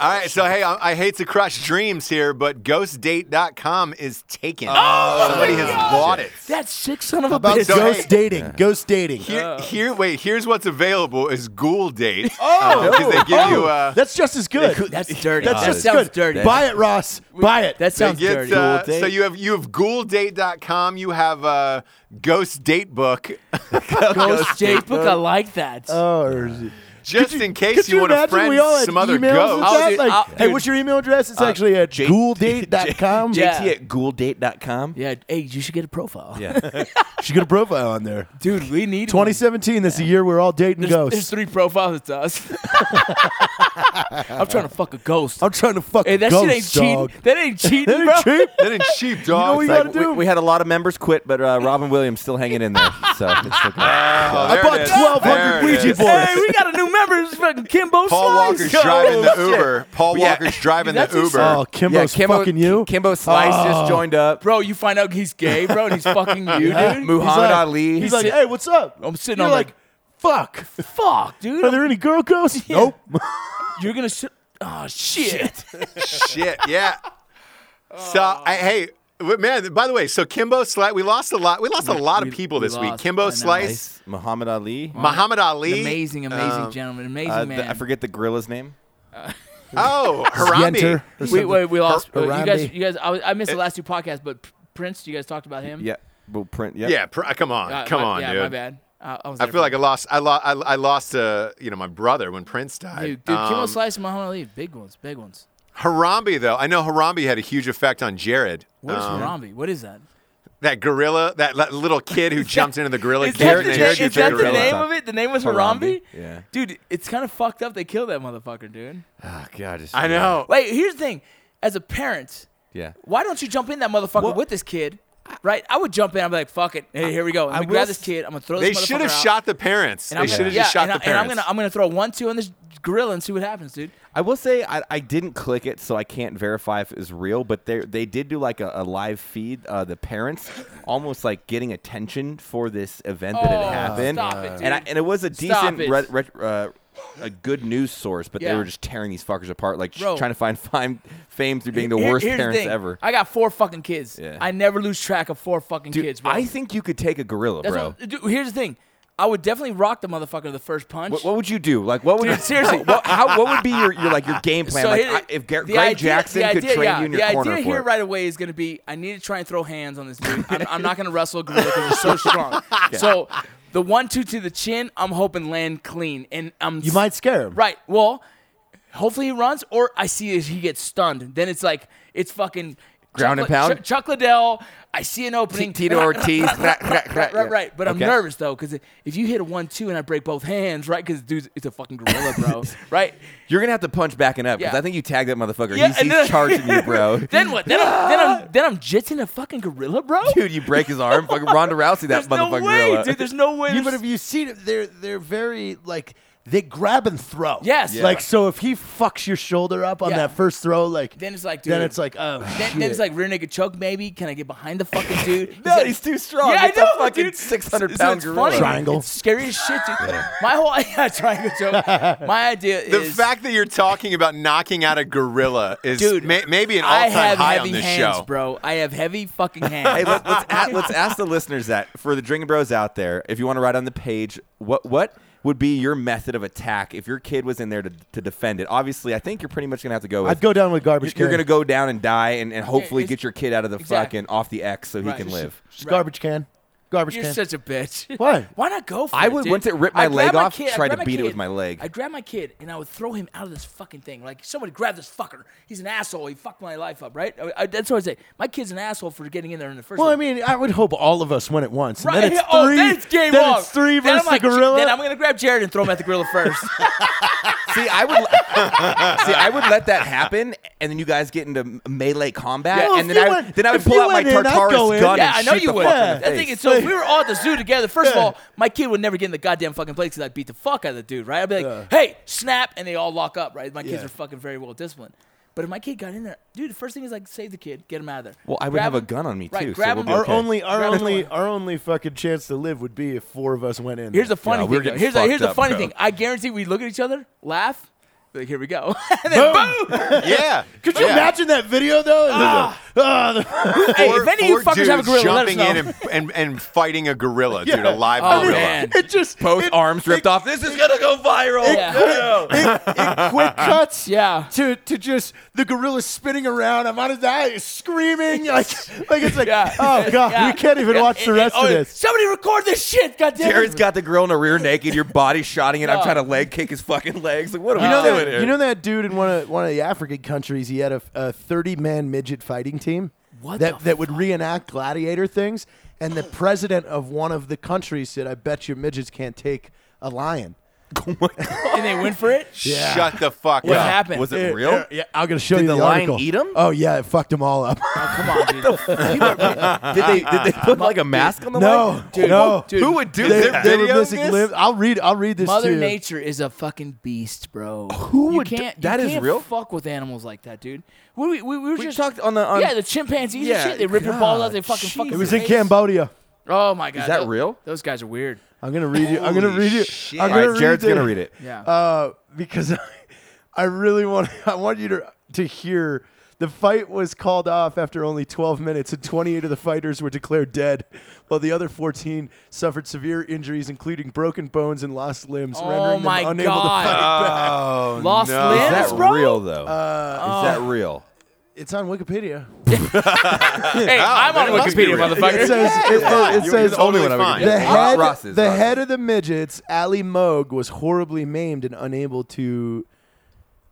All right, so hey, I, I hate to crush dreams here, but ghostdate.com is taken.
Oh,
Somebody has bought it.
That sick son of a
About
bitch.
so-
ghost
hey.
dating. Ghost dating.
Here,
Oh.
here, wait. Here's what's available is Ghoul Date. Oh, because they give you uh,
That's just as good.
That's dirty.
That's
that
just
sounds
good.
dirty.
Buy it, Ross. Buy it.
that sounds
They
dirty.
get, uh,
Ghoul
so
Date.
you have you have ghouldate.com, you have uh, ghost date book
Ghost Jake book. I like that.
Oh, or is it-
just in
Could
case
you,
you, want to
imagine
friend
we all had
some other
emails with
ghost. Oh,
I'll
that?
do-
like,
I'll-
hey,
dude.
what's your email address? It's actually at
J-
ghouldate.com.
J-
JT at ghouldate.com?
yeah. Hey, you should get a profile.
Yeah.
She got a profile on there.
Dude, we need one.
2017, that's the year we're all dating
There's, there's
ghosts.
three profiles. It's us. I'm trying to fuck a ghost.
I'm trying to fuck
Hey, that
ghosts,
shit ain't
dog.
cheating. That ain't cheating,
That ain't
bro.
cheap.
That ain't cheap, dog.
what you
It's
gotta
like,
do?
we, we had a lot of members quit, but uh, Robin Williams still hanging in there. So it's okay.
oh,
I
there
bought
it is.
1,200
There it
Ouija
is.
boards.
Hey, we got a new member. It's fucking
Paul
Kimbo Slice.
Walker's driving the Uber. Paul
Yeah.
Walker's driving the
That's
Uber.
Oh, Kimbo's
Kimbo-
fucking you. Oh.
Kimbo Slice just joined up.
Bro, you find out he's gay, bro, and he's fucking you,
Huh?
dude.
He's
Muhammad
like-
Ali.
He's like,
sit-
hey, what's up?
I'm sitting
You're
on
like,
like,
fuck.
fuck, dude.
Are there any girl ghosts?
Yeah.
Nope.
You're gonna sit. Oh shit.
Shit, yeah. So,
Oh.
I, hey, w- man. By the way, so Kimbo Slice, we lost a lot. We lost a lot of
we-
people
we
this week.
lost, I
Kimbo
know.
Slice,
Muhammad Ali.
Muhammad Ali,
amazing, amazing
um,
gentleman, amazing
Uh,
man.
the- I forget the gorilla's name.
Oh, Harambe.
Yenter.
We, wait, we lost.
Har-
uh, you guys,
Harambe.
you guys. I, was- I missed the last two podcasts, but P- Prince, you guys talked about him.
Yeah. We'll print. Yeah.
Yeah, pr- come on,
Uh,
come
my-
on,
yeah,
dude.
My bad. Uh, I was.
I
there
feel
for-
like I lost. I lost. I, I lost. Uh, you know, my brother when Prince died.
dude, dude, Kimbo
Um,
Slice and Muhammad Ali, big ones, big ones.
Harambe though. I know Harambe had a huge effect on Jared.
What is
Um,
Harambe? What is that?
That gorilla, that, that little kid who jumped into the gorilla.
Is
cage
that,
and
the,
they
na-
shoot
is that the
gorilla.
name of it? The name was Harambe?
Harambe, yeah.
Dude, it's kind of fucked up they killed that motherfucker, dude.
Oh, God. Just,
I know.
Wait, here's the thing. As a parent,
Yeah.
why don't you jump in that motherfucker
Well-
with this kid? Right? I would jump in. I'd be like, fuck it. Hey, here we go. I'm
I
going to grab
will
this
s-
kid. I'm going to throw
They
this motherfucker
should have
out,
shot the parents.
and
They
I'm
should
gonna-
have
yeah,
just shot
and
the
I- And I'm
parents.
going to I'm gonna throw one, two on this gorilla and see what happens, dude.
I will say I, I didn't click it, so I can't verify if it was real. But they they did do like a, a live feed. Uh, the parents almost like getting attention for this event that
Oh,
had happened,
stop it, dude.
and I, and it was a
Stop
decent
it.
re, re, uh, a good news source. But
Yeah.
they were just tearing these fuckers apart, like sh-
Bro.
trying to find fame, fame through being the
Here-
worst
here's
parents
thing.
ever.
I got four fucking kids.
Yeah.
I never lose track of four fucking
Dude,
kids, bro.
I think you could take a gorilla,
That's
bro.
what- dude, here's the thing. I would definitely rock the motherfucker the first punch.
What, what would you do? Like, what would
Dude,
you,
seriously.
What, how, what would be your, your like your game plan? like,
here-
I- if Gar-
the
Greg
idea-
Jackson
the
could
idea-
train
yeah,
you in your
the
corner
idea
for
here
it.
right away is going to be: I need to try and throw hands on this dude. I'm, I'm not going to wrestle a gorilla because he's so strong. So the one two to the chin, I'm hoping land clean, and I'm
You might scare him.
right. Well, hopefully he runs, or I see as he gets stunned. Then it's like it's fucking
Ground
Chuck-
and pound?
Chuck- Chuck Liddell. I see an opening.
Tito Ortiz, right, right,
Right, right, right. But I'm
Okay.
nervous though, because if you hit a one two and I break both hands, right? Because dude, it's a fucking gorilla, bro. right?
You're gonna have to punch backing up because
Yeah.
I think you tagged that motherfucker.
Yeah,
he's
and
he's
then-
charging you, bro.
Then what? Then I'm then I'm then I'm jitsing a fucking gorilla, bro.
dude, you break his arm. Fucking Ronda Rousey, that
there's no
motherfucking
way,
gorilla.
dude. There's no way.
Yeah, but
there's-
have you seen it? They're they're very like they grab and throw.
Yes. Yeah.
Like so, if he fucks your shoulder up on
Yeah.
that first throw, like
Then it's like,
then
dude.
it's like oh,
then, then it's
shit.
like rear naked choke, maybe. Can I get behind the fucking dude?
no, he's too strong.
Yeah,
it's
I know,
a fucking
dude.
600
So
pound
it's
gorilla.
funny.
Triangle.
It's scary as shit, dude. My whole yeah, triangle joke. My idea
the
is
fact that you're talking about knocking out a gorilla is
Dude,
may, maybe an
I
all-time
have
high
heavy
on this
hands,
show.
bro. I have heavy fucking
Hey,
hands.
let, let's, a let's ask the listeners that for the drinking bros out there, if you want to write on the page, what what would be your method of attack if your kid was in there to, to defend it? Obviously, I think you're pretty much gonna have to go. With,
I'd go down with garbage.
You're
can.
gonna go down and die, and, and hopefully
it's-
get your kid out of the
Exactly.
fucking off the X so
Right.
he can live.
Just garbage can, garbage
You're
can.
such a bitch.
Why?
Why not go for
I
it?
would-
dude?
once it ripped my
I'd
leg
grab
off,
kid- I'd
try to
grab my
beat it with
kid.
my leg.
I'd grab my kid and I would throw him out of this fucking thing. Like, somebody grab this fucker. He's an asshole. He fucked my life up, right? I- I- that's what I say. My kid's an asshole for getting in there in the first
well, I
place.
mean, I would hope all of us win at once. And
Right,
then it's three.
oh, then it's game
then
on.
it's three
Then I'm
versus
like,
the gorilla.
Then I'm gonna grab Jared and throw him at the gorilla first.
See, I would see, I would let that happen, and then you guys get into m- melee combat,
Yeah. Well,
and
if
then I
you went-
then I would
if you
pull out my
went in, I'd
Tartarus
go in.
gun
Yeah,
and
I know
shoot
you
the
would.
fuck in the
That
face.
thing is so. If we were all at the zoo together, first of all, my kid would never get in the goddamn fucking place because I'd beat the fuck out of the dude, right? I'd be like, "Hey, snap!" and they all lock up, right? My kids
Yeah.
are fucking very well disciplined. But if my kid got in there, dude, the first thing is like save the kid, get him out of there.
Well, I would
Grab
have a
him.
gun on me,
Right,
too, so
grab
we'll
him.
be
our
okay.
only, our
Grab
only,
him.
our only fucking chance to live would be if four of us went in.
Here's
there.
the funny
Yeah, we were
thing. though.
getting
Here's the, here's the
fucked
funny
up, bro.
thing. I guarantee we look at each other, laugh, be like here we go, and then boom.
Yeah.
Could you
Yeah.
imagine that video though? Ah, the-
hey,
Four-
if any of you
four
fuckers have a
dudes
gorilla, let us
jumping
know.
in and, and, and fighting a gorilla, dude, a live
Oh,
gorilla.
man.
it just
both
it-
arms ripped off. This is gonna go viral.
yeah.
it, it quick cuts
Yeah.
to, to just the gorilla spinning around. I'm on his eyes screaming like like it's like
Yeah.
oh god
Yeah.
we can't even
Yeah.
watch the
And-
rest
and-
of
oh,
this.
Somebody record this shit, goddamn.
Jared's got the girl in a rear naked. Your body shotting it.
No.
I'm trying to leg kick his fucking legs. Like, what are we
You know,
doing
that,
here?
you know that dude in one of one of the African countries. He had a, a 30 man midget fighting team
What
that
the
that would reenact gladiator things. And the president of one of the countries said, "I bet your midgets can't take a lion."
and they went for it.
Yeah.
Shut the fuck
What
up.
happened?
Was it real?
Yeah, I'm gonna show
Did
you
the
the,
lion
article.
eat 'em?
Oh yeah, it fucked them all up.
Come on, dude.
Did they did they put like a mask on the
no,
leg?
dude, no,
dude.
Who would do
They,
that?
they were
Video
missing
this?
limbs. I'll read. I'll read this
Mother
to you.
Nature is a fucking beast, bro.
Who
you
would d-
can't,
that
you
is
can't
real?
Fuck with animals like that, dude. We we, we, we were
We
just
talked on the- on-
yeah the chimpanzees
Yeah,
and shit. They rip your balls out. They
God,
fucking fuck.
It
with
was
your
in
face.
Cambodia.
Oh my god,
that
tho-
real?
Those guys are weird.
I'm gonna read you. I'm gonna
Holy
read you.
shit.
I'm
All
gonna
right, Jared's
read
gonna
the-
read it.
Yeah.
uh, because I, I really want. I want you to to hear. The fight was called off after only 12 minutes, and 28 of the fighters were declared dead, while the other 14 suffered severe injuries, including broken bones and lost limbs,
oh
rendering
my
them unable to
god,
fight.
Oh,
lost
no.
Is
limbs,
that
bro.
Uh,
Oh. real though? is that real?
It's on Wikipedia.
Hey, I'm on
then it must be
Wikipedia,
real.
It
motherfucker.
says, it, it
You're-
says
you're totally
only one I
fine.
would
The
Yeah.
head,
Ross is-
the
Ross
head of the midgets, Ali Moog, was horribly maimed and unable to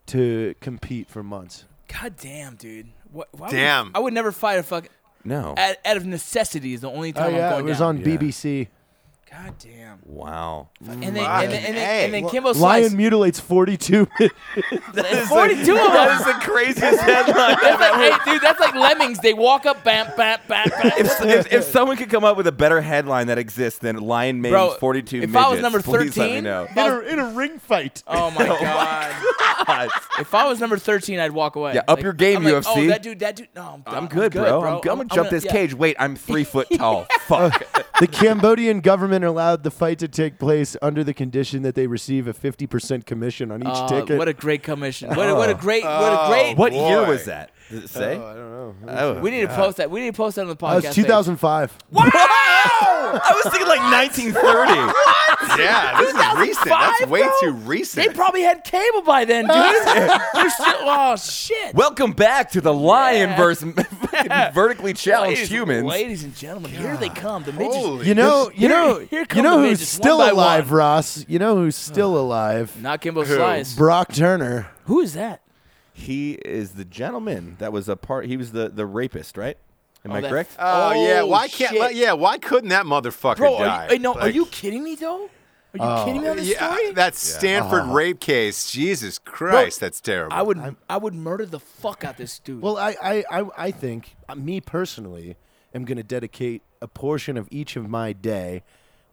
to compete for months.
God damn, dude. What, why would-
Damn.
I would never fight a fuck.
No.
Out, out of necessity is the only
Oh
time
yeah,
I'm
it
going
was
down.
on BBC.
God damn.
Wow.
And then, and then, and then, and then Kimbo
Lion
Slice.
mutilates 42 midgets.
There's 42 of them.
That is the craziest headline.
That's like, hey, dude, that's like lemmings. They walk up, bam, bam, bam, bam.
If, if, if someone could come up with a better headline that exists than Lion Maiden's
Bro,
42
if
midgets,
I was number
please let me
13,
know.
if I was-
in a ring fight.
oh my god! If I was number 13, I'd walk away.
Yeah, up your game,
I'm like,
UFC.
Oh, that dude, that dude. No, I'm,
I'm good, bro. I'm, go- I'm gonna jump this
yeah.
cage. Wait, I'm three foot tall. Fuck.
the Cambodian government allowed the fight to take place under the condition that they receive a 50% commission on each
Uh,
ticket.
What a great commission! What, a, what a great! What a great!
Oh. What
Boy.
year was that? Does it say?
I don't know.
Oh.
We need to post that. We need to post that on the
That
podcast.
was 2005.
I was thinking like 1930.
Yeah, this is recent. That's
2005,
way
bro?
too
They
recent.
probably had cable by then, dude. They're still, oh shit!
Welcome back to the Lion
Yeah.
versus vertically challenged
Ladies-
humans.
ladies and gentlemen, here they come. The midgets.
Holy
You know, you
Here-
know,
here
you
come
know
the
who's
midgets, one
still
by
alive,
one.
Ross. You know who's still alive.
Not Kimbo Slice.
Brock Turner.
Who is that?
He is the gentleman that was a part. He was the the rapist, right? Am
Oh,
I
that-
correct?
Oh, yeah,
Oh,
why can't?
shit.
let- yeah, why couldn't that motherfucker
Bro,
die?
are you, no, are
Like,
you kidding me though? Are you kidding me on this
yeah,
story?
that Stanford rape case. Jesus Christ, that's terrible.
I would i would murder the fuck out this dude.
Well, I, I, I, I think, uh, me personally, am going to dedicate a portion of each of my day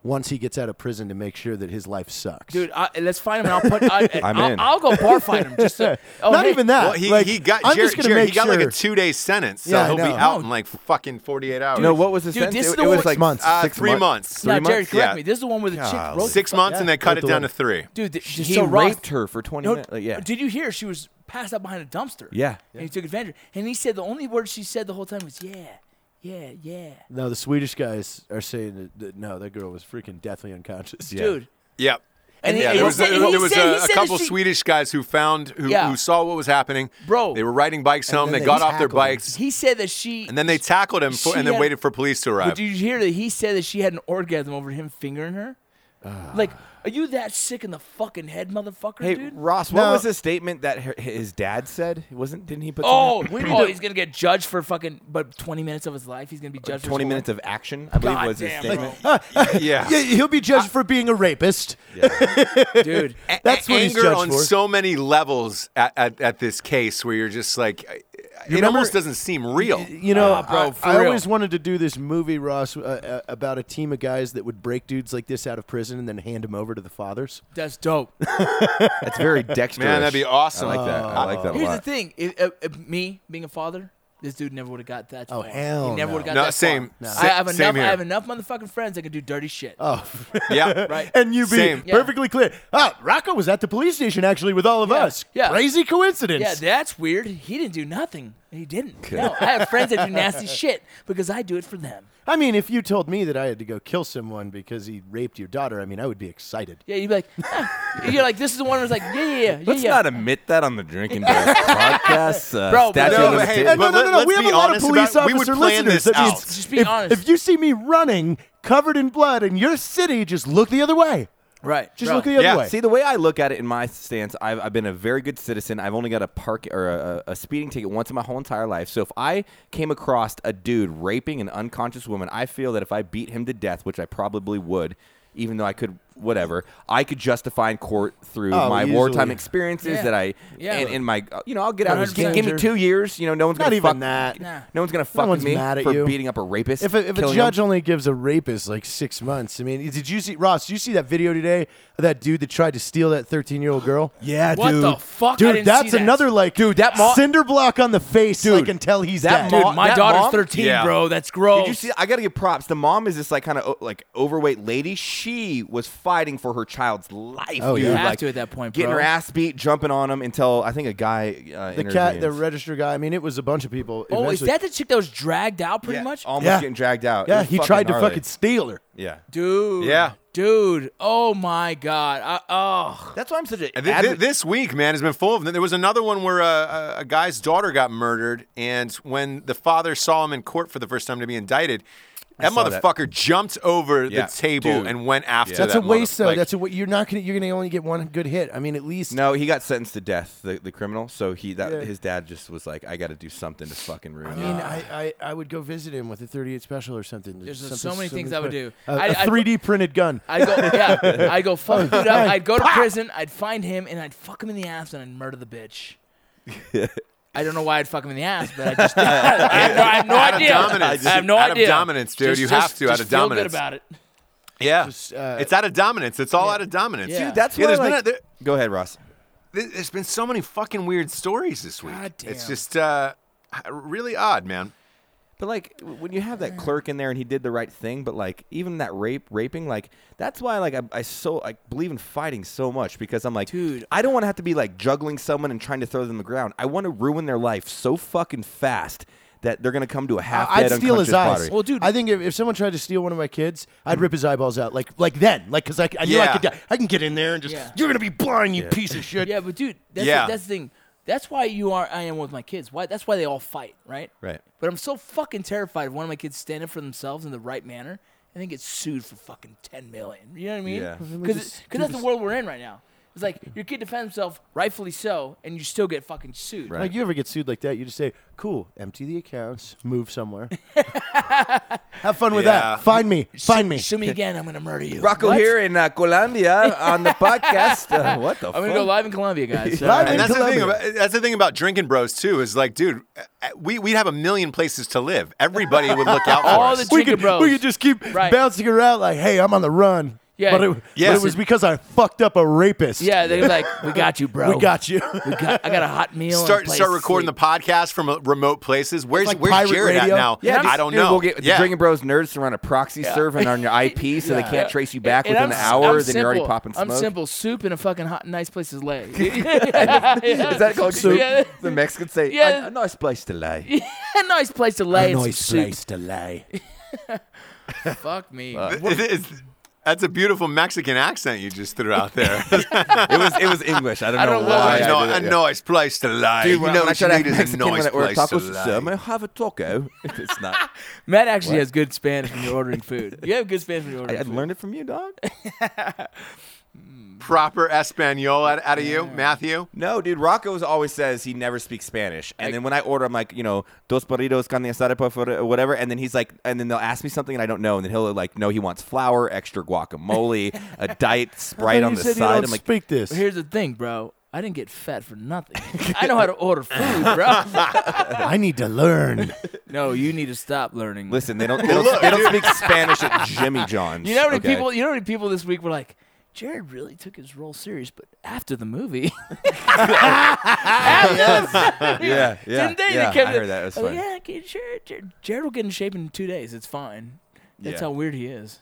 once he gets out of prison to make sure that his life sucks.
dude, I, let's find him. And I'll put. I,
I'm
will
in.
I'll go bar fight him. Just to, oh,
Not
hey,
even that.
Well, he,
like,
he got
I'm
Jared,
just gonna
Jared,
make
he got like a
sure-
two day sentence, so
Yeah, I
he'll be
know.
out in like fucking forty eight hours.
no, what was the
Dude,
sentence?
this is
it,
the
it
one-
was like
Months.
uh,
six
three months.
Now,
Three
Jared,
months?
correct
Yeah.
me. This is the one where the chick wrote
Six months, and they cut
Wrote
it
the
down
law.
to three.
Dude, th-
He
just so Ross-
raped her for 20
No,
minutes. Like, yeah.
Did you hear? She was passed out behind a dumpster.
Yeah.
And he took advantage. And he said the only word she said the whole time was yeah, yeah, yeah.
No, the Swedish guys are saying that, that no, that girl was freaking deathly unconscious.
Dude.
Yep.
And
yeah,
he,
there was,
and he
there
said-
was
he said- he
a, a
said that
couple
she-
Swedish guys who found who,
Yeah.
who saw what was happening.
Bro.
they were riding bikes home. They,
then they
got off their
tackled him.
bikes,
He said that she.
and then they tackled him for,
She
and then
had-
waited for police to
But
arrive.
did you hear that he said that she had an orgasm over him fingering her? like, are you that sick in the fucking head, motherfucker,
Ah. Hey
dude?
Ross, what
No.
was the statement that her, his dad said? It wasn't didn't he put?
Oh,
something-
oh, he's gonna get judged for fucking, but 20 minutes of his life, he's gonna be judged. for
20
his
Uh, minutes of action. I believe
God
was his
damn,
statement.
yeah.
Yeah, he'll be judged for being a rapist.
whole life. dude.
A-
That's what he's
anger
judged
on
for.
so many levels at, at, at this case where you're just like, I- I- it
remember-
almost doesn't seem real.
You know,
Ah, bro,
I-
for
I,
real.
always wanted to do this movie, Ross, uh, uh, about a team of guys that would break dudes like this out of prison and then hand them over to the fathers.
That's dope.
That's very dexterous.
Man, that'd be awesome.
I like that. I like that a
Here's the
lot.
thing: if, if, if me being a father, this dude never would have got that.
Oh,
far.
hell
He never
no.
would have got
No,
that.
same-
Far.
no.
I have
Sa-
enough.
same
I
here.
have enough motherfucking friends that can do dirty shit.
Oh,
yeah.
Right.
and you be
Same.
Yeah.
perfectly clear. Oh, Rocco was at the police station actually with all of
Yeah,
us.
yeah.
Crazy coincidence.
Yeah, that's weird. He didn't do nothing. He didn't. No, I have friends that do nasty shit because I do it for them.
I mean, if you told me that I had to go kill someone because he raped your daughter, I mean, I would be excited.
Yeah, you'd be like, ah. you're like, this is the one who's like, yeah, yeah, yeah, yeah.
Let's
yeah.
not admit that on the Drinking Bears podcast. Uh,
Bro,
statute
no,
of
but
hey,
limitations.
Hey,
But let- let's
we have
be
a lot of
honest
police
about it. We would
officer
plan
listeners.
this
That means
out.
Just be
if,
honest.
if you see me running covered in blood in your city, just look the other way.
right.
Just
bro.
look the other
Yeah,
way.
See, the way I look at it in my stance, I've, I've been a very good citizen. I've only got a park or a, a a speeding ticket once in my whole entire life. So if I came across a dude raping an unconscious woman, I feel that if I beat him to death, which I probably would, even though I could whatever, I could justify in court through
Oh,
my
easily.
wartime experiences
Yeah.
that I
Yeah.
and, and my uh, you know I'll get out. of this.
100%.
Give me two years. You know, no one's
Not
gonna
even
fuck,
that.
Nah.
No one's gonna fuck
one's
me
mad at
for
you.
beating up a rapist.
If a, if a
killing
judge
him.
only gives a rapist like six months, I mean, did you see Ross? Did you see that video today of that dude that tried to steal that thirteen-year-old girl? Yeah,
What the dude. fuck? I
dude?
didn't see
that's
that.
another like, dude,
that mo-
cinder block on the face, dude, like until he's
that
dead.
mo-
Dude, my
That
daughter's
mom-
13,
Yeah.
bro. That's gross.
Did you see? I gotta give props. The mom is this like kind of like overweight lady. She was fighting for her child's life.
Oh,
dude.
yeah. You
have
Like,
to at that point,
getting
bro.
her ass beat, jumping on him until I think a guy. Uh,
the cat, the register guy. I mean, it was a bunch of people.
Oh, is
eventually-
that the chick that was dragged out pretty much?
Um,
almost
Yeah.
getting dragged out. It
Yeah,
was
he tried to
gnarly.
fucking steal her.
Yeah.
Dude.
Yeah.
dude. Oh my god. I, oh,
That's why I'm such a.
Th- th- this week, man, has been full of them. There was another one where uh, a, a guy's daughter got murdered, and when the father saw him in court for the first time to be indicted, that
saw that.
motherfucker jumped over
Yeah.
the table
Dude.
and went after.
That's
that
a waste,
mother-
though.
like,
That's a wa- you're not gonna you're gonna only get one good hit. I mean, at least
no, he got sentenced to death, the, the criminal. So he that
Yeah.
his dad just was like, I got to do something to fucking ruin.
I
it."
mean, I, I, I would go visit him with a 38 special or something.
There's so
something-
many things
something
I would
quick.
do.
A-
I'd-
a
I'd-
3D printed gun.
I go yeah. I go fuck dude up.
hey,
I'd go to prison. I'd find him and I'd fuck him in the ass and I'd murder the bitch. I don't know why I'd fuck him in the ass, but I just I have no, I have no
Out of
idea.
dominance.
I have no
Out of
idea.
dominance, dude.
Just-
You have
just-
to, out
just
of
feel
dominance.
Good about it.
yeah,
Just, uh,
it's out of dominance. It's all out of dominance.
Yeah.
Dude, that's
Yeah,
why.
there's been
like-
a- there-
go ahead, Ross.
Th- There's been so many fucking weird stories this week.
God
It's
damn.
just uh, really odd, man.
But like w- when you have that clerk in there and he did the right thing, but like even that rape raping, like that's why like I, I so I believe in fighting so much because I'm like,
Dude.
I don't want to have to be like juggling someone and trying to throw them on the ground. I want to ruin their life so fucking fast that they're gonna come to a half
I'd
dead
steal
unconscious
his eyes.
body.
Well, dude- Hmm.
I think if, if someone tried to steal one of my kids, I'd rip his eyeballs out, like like then, like because I, I knew
Yeah.
I could. die. I can get in there and just
Yeah.
you're gonna be blind, you piece of shit.
Yeah, but dude, that's
Yeah.
the, that's the thing. That's why you are I am with my kids. Why that's why they all fight, right?
Right.
But I'm so fucking terrified of one of my kids standing for themselves in the right manner and then get sued for fucking ten million. You know what I mean?
Yeah.
Well, we
Because
just do
that's the
this-
world we're in right now. It's like your kid defends himself, rightfully so, and you still get fucking sued.
Right.
Like you ever get sued like that, you just say, "Cool, empty the accounts, move somewhere, have fun with
Yeah.
that. Find me, find me."
Sue me again, I'm gonna murder you.
Rocco
What?
here in uh, Colombia on the podcast. Uh, what the?
I'm gonna
fuck?
go live in Colombia, guys.
Live in
and that's
Colombia.
the thing about that's the thing about drinking bros too is like, dude, uh, we we'd have a million places to live. Everybody would look out for
All
us.
the
we
Drinking
could
bros.
we could just keep
Right.
bouncing around like, "Hey, I'm on the run."
Yeah.
but it,
Yeah.
but it was because I fucked up a rapist.
Yeah, they're like, we got you, bro.
we got you.
We got- I got a hot meal. and a
start
place
start
to
recording
sleep.
the podcast from uh, remote places. Where's
like
where's
pirate
Jared
radio.
at now?
Yeah,
I don't
dude,
know.
We'll get the
yeah.
Drinking Bros nerds to run a proxy server and on your IP so they
Yeah.
can't trace you back
And
within
I'm
an
s-
hour.
I'm
then you're already
simple.
popping smoke.
I'm simple. Soup in a fucking hot, nice place to lay.
Is that called soup?
Yeah.
The Mexicans say,
Yeah.
a, a nice place to lay.
a nice place to lay. and some soup.
to lay.
Fuck me.
Uh,
It is- That's a beautiful Mexican accent you just threw out there.
it was it was English. I don't know
I don't know
why.
why
I
no,
did
a
it, yeah.
nice place to lie.
Dude,
you
when,
know
when I
what you
tried to
need
act
is a
Mexican when
nice
I ordered
place to
tacos, sir, may I
lie.
have a taco? it's not.
Matt actually has good Spanish when you're ordering food. You have good Spanish when you're
I,
ordering
I
food.
learned it from you, dog.
Proper Espanol out, out of you, Matthew.
No, dude, Rocco's always says he never speaks Spanish. And
I-
then when I order, I'm like, you know, dos burritos, carne asada, por favor, or whatever. And then he's like, and then they'll ask me something and I don't know. And then he'll like, no, he wants flour, extra guacamole, a diet Sprite on the
said You
side.
don't
I'm like,
speak this.
Here's the thing, bro. I didn't get fat for nothing. I know how to order food, bro.
I need to learn.
no, you need to stop learning.
listen, they don't, they don't, they don't speak Spanish at Jimmy John's.
you know how many
okay?
people? You know how many people this week were like, Jared really took his role serious, but after the movie,
Yeah, yeah.
didn't they?
yeah,
they kept
I
it-
heard that. It was
I was
funny.
like, Oh, yeah, get- Jared, Jared, Jared will get in shape in two days. It's fine. That's
Yeah.
how weird he is.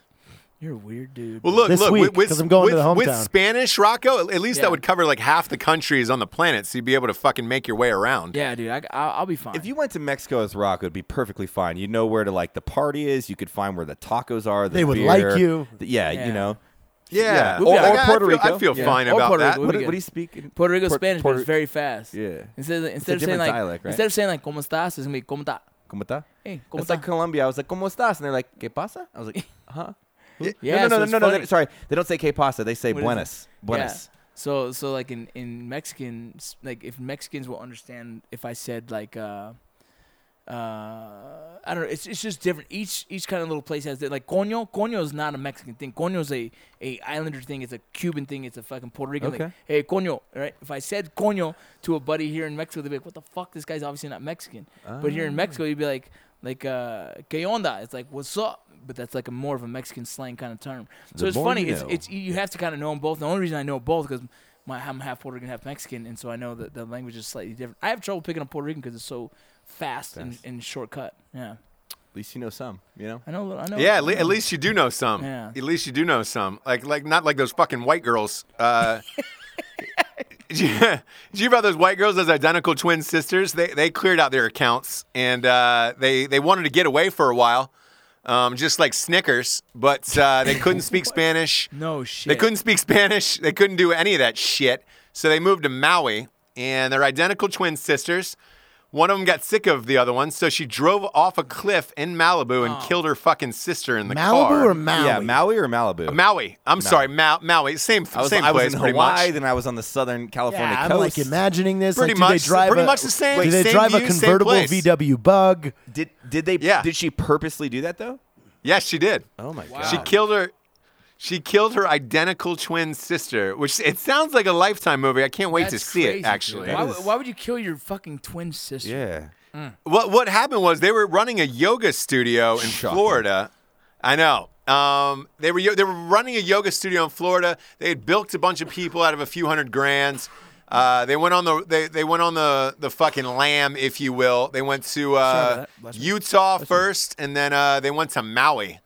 You're a weird dude.
Well, look,
This
look,
week,
with,
'cause I'm going
with,
to the
with
hometown.
Spanish, Rocco, at least
Yeah.
that would cover like half the countries on the planet, so you'd be able to fucking make your way around.
yeah, dude, I, I'll, I'll be fine.
If you went to Mexico as Rock, it would be perfectly fine. You know where to like the party is. You could find where the tacos are. The
They would
beer,
like you.
the- yeah,
Yeah.
you know.
Yeah. Like,
Or, or
I- I
Puerto
feel-
Rico.
I feel
yeah.
fine
Or
about
Puerto
that.
Rico.
What,
We'll be
what do
good.
you speak? In?
Puerto Rico
Puer-
Spanish, but
Puerto-
it's very fast.
Yeah.
Instead of, instead of saying
different
like
dialect, right?
instead of saying like cómo estás, it's gonna be cómo está.
¿Cómo está?
Hey, ¿cómo
It's like
está?
Colombia. I was like, ¿Cómo estás? And they're like, ¿Qué pasa? I was like, huh? Who? no, no,
Yeah, so
no,
it's
no, no,
funny.
they- Sorry, they don't say "que pasa." They say
What is it?
"buenas." Buenas.
Yeah. So so like in in Mexican like if Mexicans will understand if I said like uh uh I don't know it's it's just different each each kind of little place has it like coño coño is not a Mexican thing coño is a a islander thing it's a Cuban thing it's a fucking Puerto Rican
Okay.
like hey coño right if I said coño to a buddy here in Mexico they'd be like what the fuck this guy's obviously not Mexican but here in
Ah.
Mexico you'd be like like uh que onda it's like what's up but that's like a more of a Mexican slang kind of term so
The
it's
more
funny
you
it's
know.
it's you- you have to kind of know them both. The only reason I know both because my I'm half Puerto Rican, half Mexican, and so I know that the language is slightly different. I have trouble picking up Puerto Rican because it's so fast, And, and shortcut. Yeah,
At least you know some. You know.
I know. a little- I know.
Yeah, at, le- at least you do know some.
Yeah.
At least you do know some. Like, like not like those fucking white girls. Uh, did, you, did you hear about those white girls, those identical twin sisters? They they cleared out their accounts and uh, they they wanted to get away for a while. um, just like Snickers, but uh, they couldn't speak Spanish.
No
They
shit.
couldn't speak Spanish. They couldn't do any of that shit. So they moved to Maui, and they're identical twin sisters. One of them got sick of the other one, so she drove off a cliff in Malibu
Oh.
and killed her fucking sister in the
Malibu
car.
or Maui?
Yeah, Maui or Malibu?
Maui. I'm sorry, Ma- Maui. Same,
I was,
same
I was
place,
in
pretty
Hawaii,
much.
then I was on the Southern California
Yeah,
coast.
I'm like imagining this.
Pretty
like,
much
do
the-
they drive
pretty
a,
much the same-
Do they
same
drive a
view, same
convertible
place.
VW Bug?
Did did they?
Yeah.
Did she purposely do that though?
Yes, she did.
Oh my
Wow.
god!
She killed her. She killed her identical twin sister, which it sounds like a lifetime movie. I can't wait to
That's
see
crazy,
it.
dude.
Actually,
why,
That
would-
is-
why would you kill your fucking twin sister?
yeah.
What what happened was they were running a yoga studio in
Shocking.
Florida. I know. Um, they were yo- they were running a yoga studio in Florida. They had bilked a bunch of people out of a few hundred grands. Uh, they went on the they, they went on the the fucking lamb, if you will. They went to uh,
that last week.
Utah first, and then uh, they went to Maui.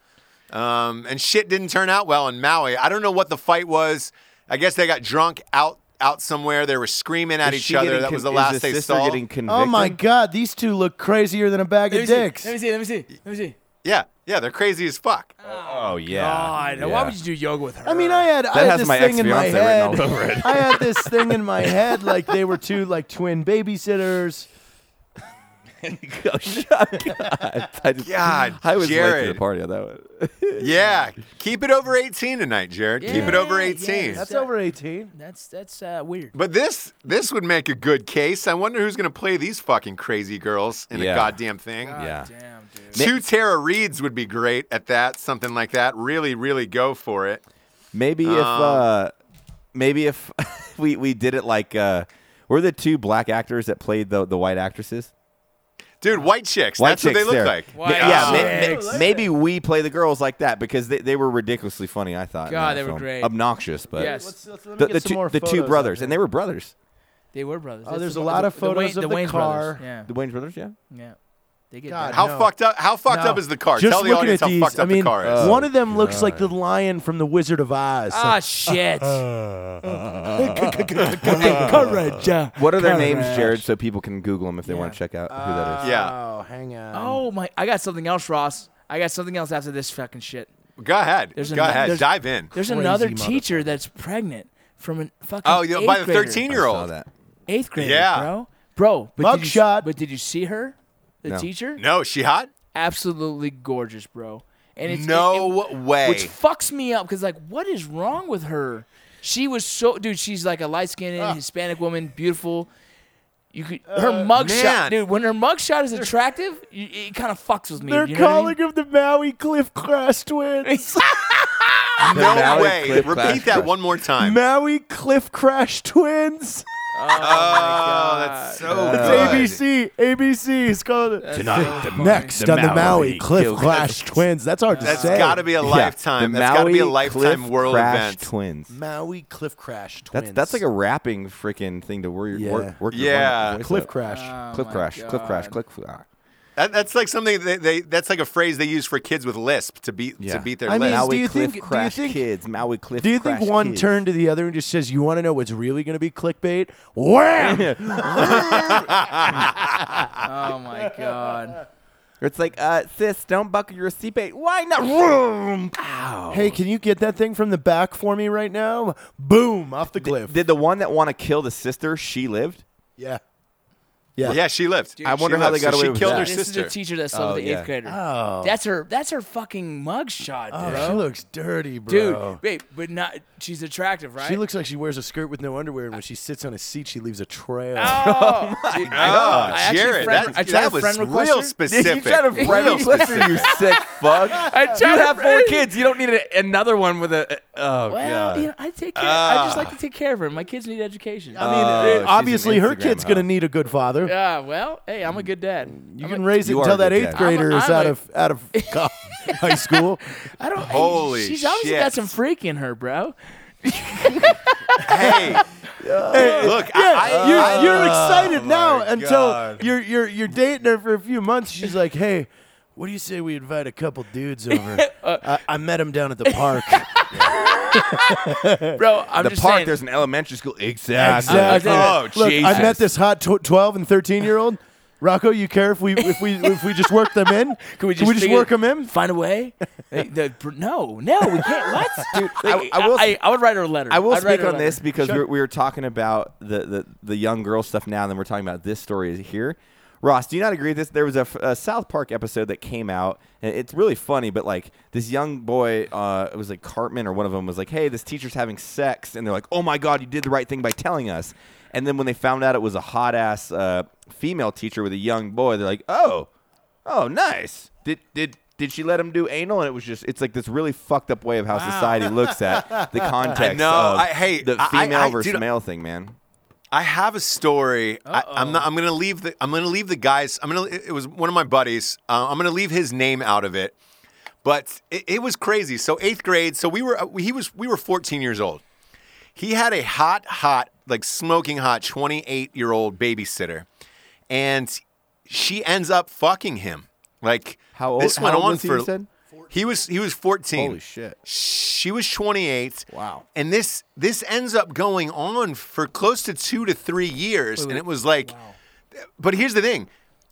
Um, and shit didn't turn out well in Maui. I don't know what the fight was. I guess they got drunk out out somewhere. They were screaming at
Is
each
she
other.
getting
That
con-
was the
is
last
the
they
sister
saw.
Getting convicted?
Oh my God, these two look crazier than a bag
Let me
of
see.
dicks.
Let me see. Let me see. Let me see.
yeah, yeah, they're crazy as fuck.
Uh,
Oh yeah.
God,
yeah.
why would you do yoga with her?
I mean, I had I had
has
this
my
thing in my
ex-fiancé written
head.
all over it.
I had this thing in my head like they were two like twin babysitters.
Oh, God. I just,
God,
I was late to
Jared.
the party on that one.
Yeah, keep it over 18 tonight, Jared. keep it over
Yeah,
18.
yeah,
That's
Yeah.
over eighteen.
that's that's uh, weird.
But this this would make a good case. I wonder who's going to play these fucking crazy girls in
Yeah.
a goddamn thing.
God
Yeah.
Damn, dude.
Two Tara Reeds would be great at that, something like that. Really, really go for it.
Maybe if
Um,
uh, maybe if we we did it like uh, were the two black actors that played the the white actresses.
Dude, white chicks.
White
that's what they
chicks
look
there.
like.
Ma-
White
yeah, ma-
chicks.
ma- maybe we play the girls like that because they, they were ridiculously funny. I thought. in
God,
that
they were
film.
great.
Obnoxious, but
Yes.
Let's- let's- let me
the,
get
the
some
two,
more
the two
photos up
brothers, and
here.
they were brothers.
They were brothers.
Oh,
That's
there's
the-
a lot
the-
of
the Wayne-
photos of the
Wayne brothers.
car.
Yeah,
The Wayne's brothers, yeah.
yeah. They get
God,
down.
How
No.
fucked up? How fucked
No.
up is the car?
Just
Tell the
looking
audience
at
how
these,
fucked up
I mean,
the car is.
uh,
one of them looks like the lion from the Wizard of Oz.
Ah, shit.
What are their names, Jared, so people can Google them if they want
Yeah.
to check out who that is?
yeah,
Oh, hang on.
oh my! I got something else, Ross. I got something else after this fucking shit.
go ahead.
There's
Go
an-
ahead.
there's-
Dive in.
There's
Crazy
another teacher that's pregnant from a fucking
Oh, yeah,
eighth
by the
grader.
13
I
year
saw
old.
that.
eighth grader,
Yeah.
bro. Bro, but did you-
Mugshot.
But did you see her, the
No.
teacher?
No, she hot?
Absolutely gorgeous, bro. And it's it- it-
No way.
which fucks me up because like, what is wrong with her? She was so dude. She's like a light skinned
Ah.
Hispanic woman, beautiful. You could her mugshot,
Uh, man.
dude. When her mugshot is attractive, you, it kind of fucks with me.
They're
you know what I mean?
calling him the Maui Cliff Crash Twins.
no
Maui
way.
Cliff
Repeat
Crash
that
Crash.
one more time.
Maui Cliff Crash Twins.
Oh, that's so Oh good.
It's ABC. ABC is called it.
Tonight, the
Next on the Maui Cliff
Kill-
Clash Twins. That's hard to
That's
say.
got to be a lifetime.
Yeah, the
That's got to be a
Maui
lifetime
Cliff
world
Crash
event.
Twins.
Maui Cliff Crash Twins.
That's that's like a rapping freaking thing to work your
Yeah.
work, work your
Yeah.
voice
Cliff
up.
Crash. Uh,
Oh
Cliff
my
crash, cliff crash,
God.
cliff crash.
That, that's like something they, they that's like a phrase they use for kids with lisp to beat
Yeah.
to beat their
I mean,
lisp.
do
Maui
you
cliff
think- do you
crash
think-
kids. Maui cliff.
do you think
Crash
one
Kids.
turned to the other and just says, "You want to know what's really going to be clickbait?" Wham!
Oh my god.
It's like, uh, sis, don't buckle your seatbelt. Why not? Room.
hey, can you get that thing from the back for me right now? Boom! Off the cliff.
Did the one that want to kill the sister? She lived.
yeah.
yeah, she lived.
I wonder
She
how they
lived.
got
So
away
she
with
killed
that.
her
this
sister.
is a teacher that slept with the
yeah.
eighth grader.
Oh.
That's her. That's her fucking mugshot,
Oh,
bro.
she looks dirty,
Dude,
bro.
wait, but not. She's attractive, right?
She looks like she wears a skirt with no underwear, and when she sits on a seat, she leaves a trail.
Oh, dude,
Oh,
I actually
Jared,
friend-
that,
I tried
that
to
was
friend request
real
her.
specific.
You try to friend
real
request her, you
specific.
sick fuck.
I tried
you
to
have four
friend-
kids. You don't need a, another one with a. oh
Well,
god.
you know, I take care. I just
Ah.
like to take care of her. My kids need education.
I mean,
Oh,
it-
she's an
obviously, her
Instagram
kid's going to
hoe.
need a good father.
Yeah, Ah, well, hey, I'm a good dad.
You
I'm
can
a-
raise it
You
until
are a
that
good
eighth
dad.
grader
I'm a-
is
I'm
out
a-
of out of co- high school.
I don't. hey,
Holy
she's obviously got
shit.
some freak in her, bro.
hey, look, I, I,
you,
I-
you're
Oh
excited now
my
until
God.
you're you're you're dating her for a few months. She's like, "Hey, what do you say we invite a couple dudes over? I, I met him down at the park.
Bro, I'm
the
just
park.
saying.
There's an elementary school. Exactly.
Exactly.
I- I-
Oh,
Look,
Jesus.
I met this hot tw- twelve and thirteen year old. Rocco, you care if we if we if we just work them in?
figure-
work them in?
Find a way. They- they- no, no, we can't. What? Dude,
I-
I,
I
I,
will-
I, would write her a letter.
I will
I'd write
speak
her a
on
letter.
this because we were, we were talking about the, the, the young girl stuff now, and then we're talking about this story here. Ross, do you not agree with this? There was a, f- a South Park episode that came out, and it's really funny, but like this young boy, uh, it was like Cartman or one of them was like, hey, this teacher's having sex. And they're like, oh my God, you did the right thing by telling us. And then when they found out it was a hot ass uh, female teacher with a young boy, they're like, oh, oh, nice. Did, did, did she let him do anal? And it was just, it's like this really fucked up way of how society looks at the context context
No,
of
I- hey,
the
I- I-
female
I-
versus
dude,
male thing, man.
I have a story. I, I'm not. I'm gonna leave the. I'm gonna leave the guys. I'm gonna. It it was one of my buddies. Uh, I'm gonna leave his name out of it, but it, it was crazy. So eighth grade. So we were. uh, He was. We were 14 years old. He had a hot, hot, like smoking hot 28 year old babysitter, and she ends up fucking him. Like
How old-
This
how
went
old
on
was he,
for.
you said?
He was. He was 14.
Holy shit.
She was 28.
Wow.
And this this ends up going on for close to two to three years, and it was like, but here's the thing,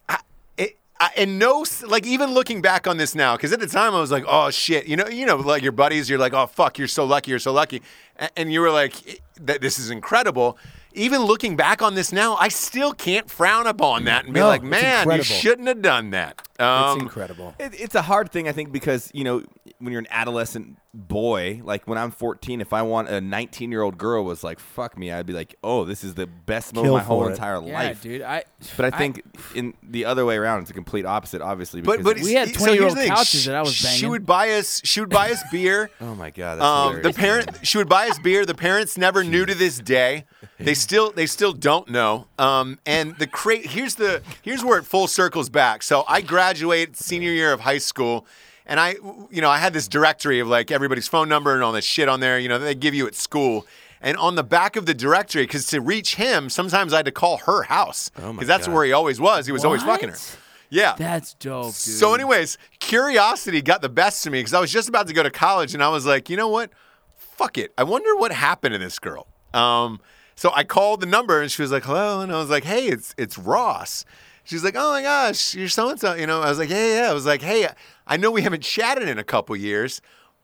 I, it, I, and no, s- like even looking back on this now, because at the time I was like, oh shit, you know, you know, like your buddies, you're like, oh fuck, you're so lucky, you're so lucky, and, and you were like, that this is incredible. Even looking back on this now, I still can't frown upon that and be
No,
like,
it's
man, you
incredible.
shouldn't have done that. Um,
it's incredible.
It, it's a hard thing, I think, because you know when you're an adolescent boy, like when I'm 14, if I want a 19 year old girl was like fuck me, I'd be like, oh, this is the best moment
Kill
of my whole
for it.
entire
Yeah,
life.
dude. I.
But I think in the other way around, it's a complete opposite, obviously.
But but
because-
We had
so
20 year
here's
old
the thing,
couches that I was
She
banging.
would buy us. She would buy us beer.
oh my god, that's
Um, the
hilarious.
parent, she would buy us beer. The parents never knew to this day. They still, they still don't know. Um, and the cra- here's the here's where it full circles back. So I graduate senior year of high school, and I, you know, I had this directory of like everybody's phone number and all this shit on there. You know, that they give you at school. And on the back of the directory, because to reach him, sometimes I had to call her house because that's where he always was. He was always fucking her.
Oh What?
Yeah.
That's dope, dude.
So, anyways, curiosity got the best of me because I was just about to go to college and I was like, you know what? Fuck it. I wonder what happened to this girl. Um, so I called the number and she was like, hello. And I was like, hey, it's it's Ross. She's like, oh my gosh, you're so and so. You know, I was like, yeah, yeah. I was like, hey, I know we haven't chatted in a couple years,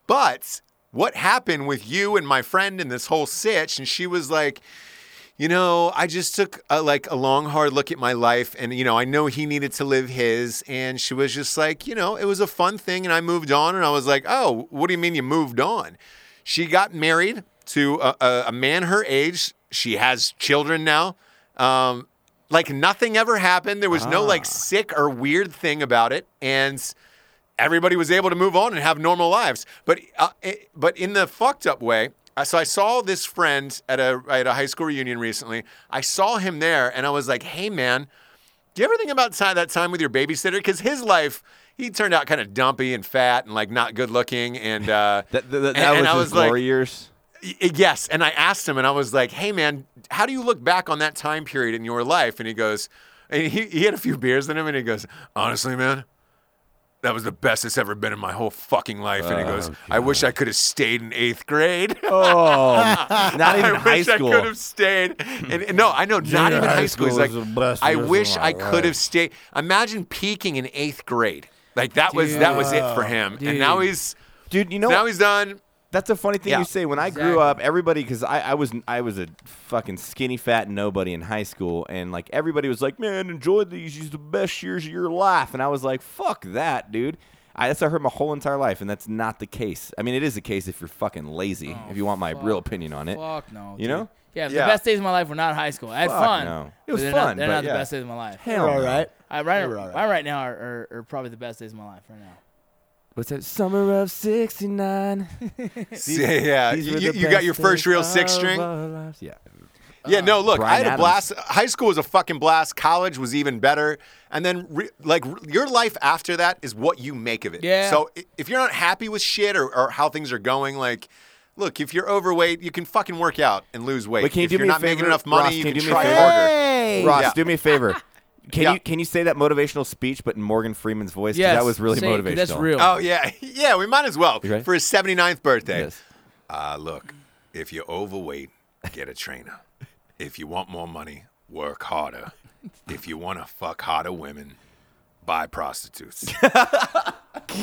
but what happened with you and my friend and this whole sitch? And she was like, you know, I just took a, like a long, hard look at my life, and you know, I know he needed to live his, and she was just like, you know, it was a fun thing, and I moved on, and I was like, oh, what do you mean you moved on? She got married to a, a, a man her age. She has children now. Um, like nothing ever happened. There was no like sick or weird thing about it, and everybody was able to move on and have normal lives. But uh, it, but in the fucked up way, uh, so I saw this friend at a at a high school reunion recently. I saw him there, and I was like, "Hey, man, do you ever think about ti- that time with your babysitter? Because his life." He turned out kind of dumpy and fat and like not good looking and uh,
That, that, that
and- and
was
I
his
like-
glory years.
Y- Yes. And I asked him, and I was like, hey, man, how do you look back on that time period in your life? And he goes, and he, he had a few beers in him, and he goes, honestly, man, that was the best it's ever been in my whole fucking life. And he goes,
Oh,
I wish I could have stayed in eighth grade.
Not even
I
high
wish
school.
I could have stayed. And, and no, I know, not even high school. He's
school
like,
was the best
I
years of
wish
my
I could have stayed. Imagine peaking in eighth grade. Like that was that was it for him. And now
Dude.
he's
Dude, you know
now he's done.
That's a funny thing
Yeah.
you say. When I grew
Exactly.
up, everybody, because I, I was I was a fucking skinny fat nobody in high school, and like everybody was like, "Man, enjoy these. These are the best years of your life." And I was like, "Fuck that, dude." I, that's I heard my whole entire life, and that's not the case. I mean, it is the case if you're fucking lazy. if you want my real opinion on it,
Oh, Fuck no.
You
dude.
know?
Yeah,
Yeah.
the best days of my life were not in high school. I had
Fuck
fun.
no. It
but
was
they're
fun,
Not, they're
but
not the
yeah.
best days of my life.
hell,
all
no.
right.
I, Uh, right,
were all right.
right right now are, are, are probably the best days of my life right now.
What's that? Summer of '69.
yeah, you, you- you got your first real six string.
Yeah.
Yeah, no, look,
Um, Bryan
I had a
Adams.
blast. High school was a fucking blast. College was even better. And then, re- like, re- your life after that is what you make of it.
Yeah.
So i- if you're not happy with shit or, or how things are going, like, look, if you're overweight, you can fucking work out and lose weight.
Wait, can you
if
do
you're
me a
not making
favor?
enough money,
Ross,
you
can
can
you do me a
try
favor?
harder.
Ross,
Yeah.
do me a favor. Can
Yeah.
you can you say that motivational speech but in Morgan Freeman's voice? 'Cause
Yes,
that was really
say it, 'cause
motivational.
That's real.
Oh, yeah. Yeah, we might as well.
right?
For his 79th birthday.
Yes.
Uh, look, if you're overweight, get a trainer. If you want more money, work harder. If you want to fuck hotter women, buy prostitutes.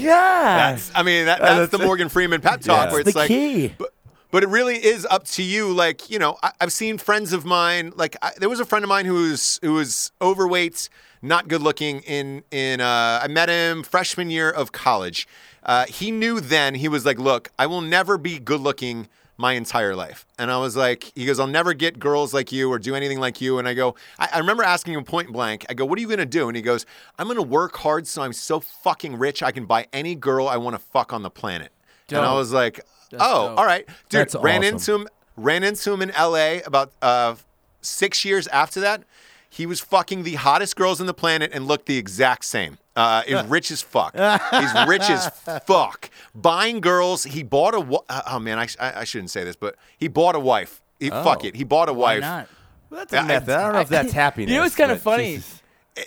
God.
I mean, that, that's,
that's
the
it.
Morgan Freeman pep talk where it's
the
like,
key.
But, but it really is up to you. Like, you know, I, I've seen friends of mine. Like, I, there was a friend of mine who was who was overweight, not good looking. In in uh, I met him freshman year of college. Uh, he knew then he was like, look, I will never be good looking my entire life. And I was like, he goes, I'll never get girls like you or do anything like you. And I go, I, I remember asking him point blank, I go, what are you going to do? And he goes, I'm going to work hard so I'm so fucking rich I can buy any girl I want to fuck on the planet. And I
Dope.
was like,
That's
oh,
dope.
all right. Dude,
That's
ran
awesome.
into him, ran into him in LA about uh, six years after that. He was fucking the hottest girls on the planet and looked the exact same. Uh, is rich as fuck. He's rich as fuck. Buying girls. He bought a. Wa- uh, oh man, I, sh- I I shouldn't say this, but he bought a wife. He, Fuck it. He bought a
Oh, Why
wife.
not?
Well, that doesn't
I-
matter. I, don't know if that's happiness.
You know, it's kinda
but
funny.
Jesus.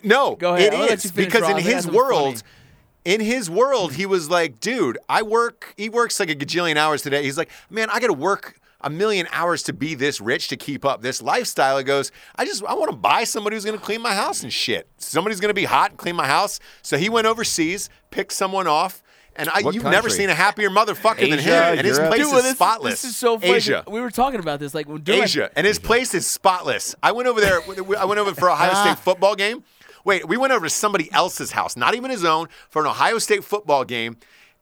No,
Go ahead.
it
I'll let
is
you finish,
because
Rob. I
in
got
his
something
world, in his world, he was like, "Dude, I work. He works like a gajillion hours today." He's like, "Man, I got to work." A million hours to be this rich to keep up this lifestyle. He goes, I just I want to buy somebody who's going to clean my house and shit. Somebody's going to be hot and clean my house. So he went overseas, picked someone off, and I,
What
you've never
country?
seen a happier motherfucker than him.
Asia,
And his
Europe?
place
Dude,
well,
is spotless.
This is so funny.
Asia.
We were talking about this. Like, dude, I-
Asia, and his place is spotless. I went over there. I went over for Ohio
Ah.
State football game. Wait, we went over to somebody else's house, not even his own, for an Ohio State football game.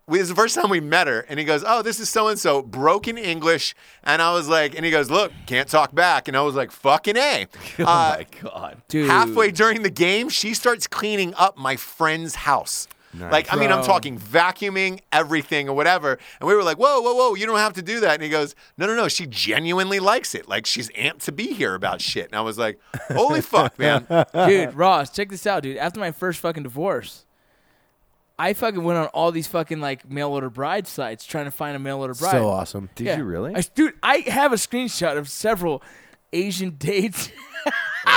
We, this is the first time we met her, and he goes, "Oh, this is so and so." Broken English, and I was like, and he goes, "Look, can't talk back," and I was like, "Fucking a."
Oh
Uh,
my god.
dude.
halfway during the game, she starts cleaning up my friend's house. Like, I mean, I'm
Bro.
talking vacuuming everything or whatever. And we were like, whoa, whoa, whoa, you don't have to do that. And he goes, no, no, no, she genuinely likes it. Like, she's amped to be here about shit. And I was like, holy fuck, man.
dude, Ross, check this out, dude. After my first fucking divorce, I fucking went on all these fucking like mail order bride sites trying to find a mail order bride.
So awesome.
Did
Yeah.
you really?
I, dude, I have a screenshot of several Asian dates.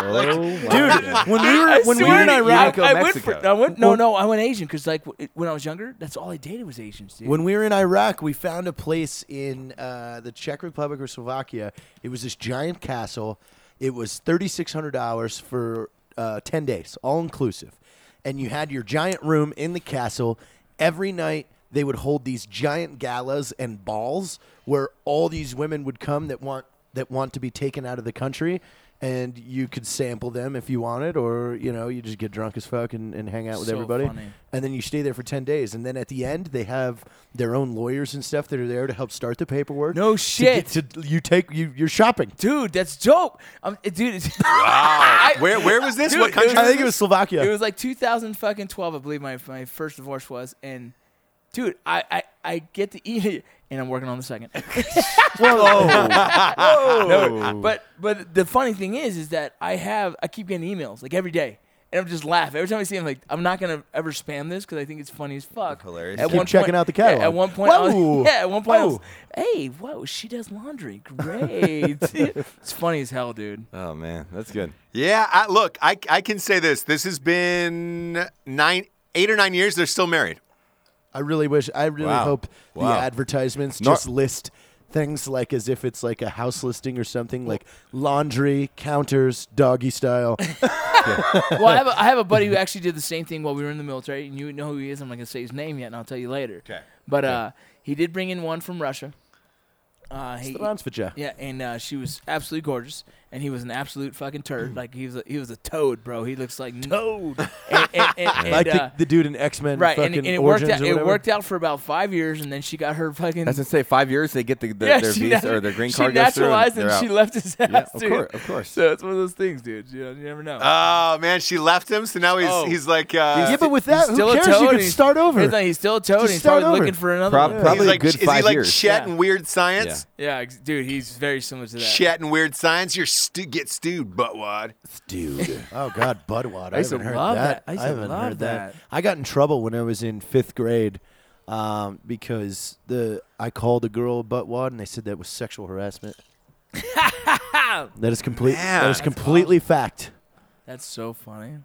Dude, when we were
I
when we
swear
were in
to you,
Iraq,
go
I, I went for,
Mexico.
I went, no, no, I went Asian because like w- when I was younger, that's all I dated was Asians, dude.
when we were in Iraq, we found a place in uh, the Czech Republic or Slovakia. It was this giant castle. It was thirty six hundred dollars for uh, ten days, all inclusive, and you had your giant room in the castle. Every night they would hold these giant galas and balls where all these women would come that want that want to be taken out of the country. And you could sample them if you wanted, or you know, you just get drunk as fuck and, and hang out with
So
everybody
funny.
and then you stay there for 10 days and then at the end they have their own lawyers and stuff that are there to help start the paperwork
No
to
shit.
get to- you take you you're shopping
dude, that's dope. Um, dude, it's, I-
where, where was this?
Dude,
what
it
country?
i think it was slovakia
It was like 2012, I believe my, my first divorce was. And dude, I, I, I get to eat it, and I'm working on the second. No, but but the funny thing is, is that I have I keep getting emails like every day, and I'm just laughing every time I see them. Like I'm not gonna ever spam this because I think it's funny as fuck.
Hilarious.
At
Keep
checking
point-
out the
yeah,
catalog.
at one point, I was-
Whoa.
yeah, at one point, I was, hey, whoa, she does laundry, great. it's funny as hell, dude.
Oh man, that's good.
Yeah, I, look, I, I can say this. This has been nine, eight or nine years. They're still married.
i really wish i really
Wow.
hope the
Wow.
advertisements
Nor-
just list things like as if it's like a house listing or something like laundry counters doggy style
Well, I have, a, I have a buddy who actually did the same thing while we were in the military, and you know who he is. I'm not gonna say his name yet, and I'll tell you later. Okay. But uh, he did bring in one from Russia. Uh, he, Yeah, and uh, she was absolutely gorgeous, and he was an absolute fucking turd. Like he was, a, he was a toad, bro. He looks like toad. and, and, and, and,
like
uh,
the, the dude in x-men
right, and,
fucking
and it worked out.
origins or
It
whatever.
worked out for about five years, and then she got her fucking.
That's gonna say five years they get the, the
yeah,
their
she
visa
natu-
or their green
she
card goes through
naturalized,
and,
and,
they're
she
out.
left his house.
of
dude.
course, of course.
So it's one of those things, dude. You, know, you never know.
Oh man, she left him. So now he's
Oh.
he's like uh,
yeah but with that
He's still
who
a
cares
toad
you
and
could
he's-
start over
He's, like- he's still a toad. And he's
start
probably
over.
looking for another.
Prob-
one.
probably
he's like
a good
is he
five
like
years.
Chet
Yeah.
and Weird Science?
Yeah, ex- dude, he's very similar to that.
Chat and weird signs. You're stu- get stewed, buttwad.
dude. oh God, Budwad. I,
used to
haven't heard
love that.
that.
I used to
haven't
love
heard that.
that.
I got in trouble when I was in fifth grade um, because the I called a girl a buttwad and they said that was sexual harassment. that is complete.
Man.
that is completely fact.
That's so funny.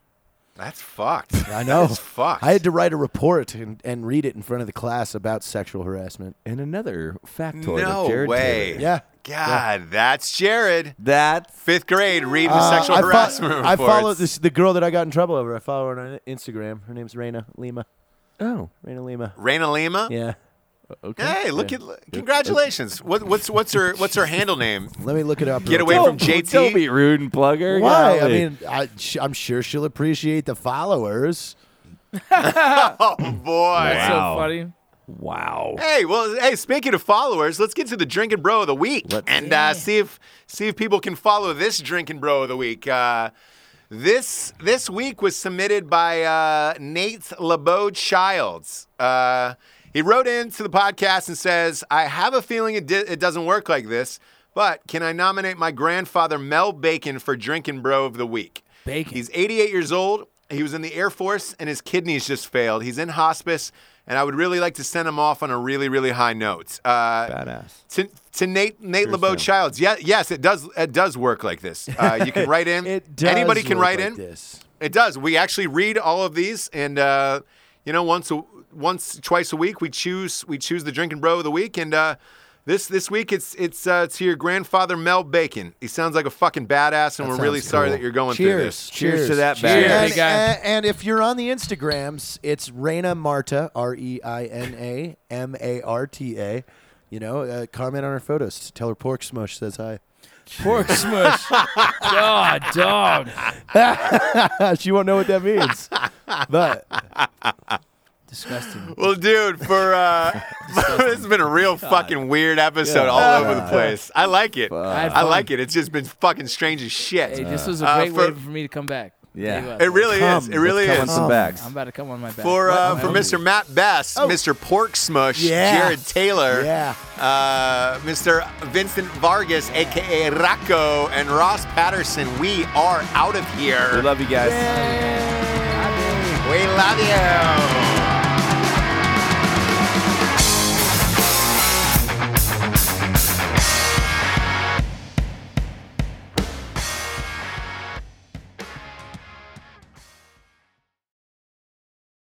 That's fucked.
I know.
That's fucked.
I had to write a report and, and read it in front of the class about sexual harassment.
And another factoid
no
of Jared
way.
Taylor.
Yeah.
God, that's Jared.
That
Fifth grade, reading the sexual
Uh, I fo-
harassment
I
reports.
follow this the girl that I got in trouble over. I follow her on Instagram. Her name's Raina Lima.
oh
Raina Lima.
Raina Lima.
Yeah.
okay.
Hey, look at congratulations. What, what's what's her what's her handle name?
Let me look it up.
Get
real
away
quick.
from JT.
Don't be rude and plug her.
Why? I
golly.
mean, I, sh- I'm sure she'll appreciate the followers.
Oh boy.
That's so
Wow.
funny.
wow.
Hey, well, hey. Speaking of followers, let's get to the drinking bro of the week and uh, see if see if people can follow this drinking bro of the week. Uh, this this week was submitted by uh, Nate LeBeau Childs. Uh, he wrote in to the podcast and says, "I have a feeling it, di- it doesn't work like this, but can I nominate my grandfather Mel Bacon for drinking bro of the week?"
Bacon.
He's 88 years old. He was in the Air Force and his kidneys just failed. He's in hospice, and I would really like to send him off on a really, really high note. Uh,
Badass.
to, to Nate Nate LeBeau Childs, yeah, yes, it does it does work like this. Uh, you can write in.
It does
Anybody can
look
write
like
in.
This.
It does. We actually read all of these, and uh, you know, once a, once twice a week, we choose we choose the drinking bro of the week, and uh, this this week it's it's uh, to your grandfather Mel Bacon. He sounds like a fucking badass, and we're really
sounds
sorry
cool.
that you're going through
Cheers.
this.
Cheers to that
Cheers.
badass.
Big
And,
guy.
and, and if you're on the Instagrams, it's Reina Marta, R E I N A M A R T A. You know, uh, comment on her photos. Tell her Pork Smush says hi.
Pork smush. God, dog.
she won't know what that means. But
Disgusting.
Well, dude, for uh, it's been a real fucking weird episode all over the place. I like it.
had
I
fun.
like it. It's just been fucking strange as shit.
Hey, this was a
Uh,
great way
for-
for me to come back.
Yeah.
Tell you what.
it really
Come,
is. It really
let's come
is.
On some backs.
I'm about to come on my back.
For uh,
What?
for Mr. Matt Best, Mr. Pork Smush,
Yeah.
Jared Taylor,
Yeah.
uh, Mr. Vincent Vargas, aka Rocco, and Ross Patterson. We are out of here.
We love you guys.
We love you.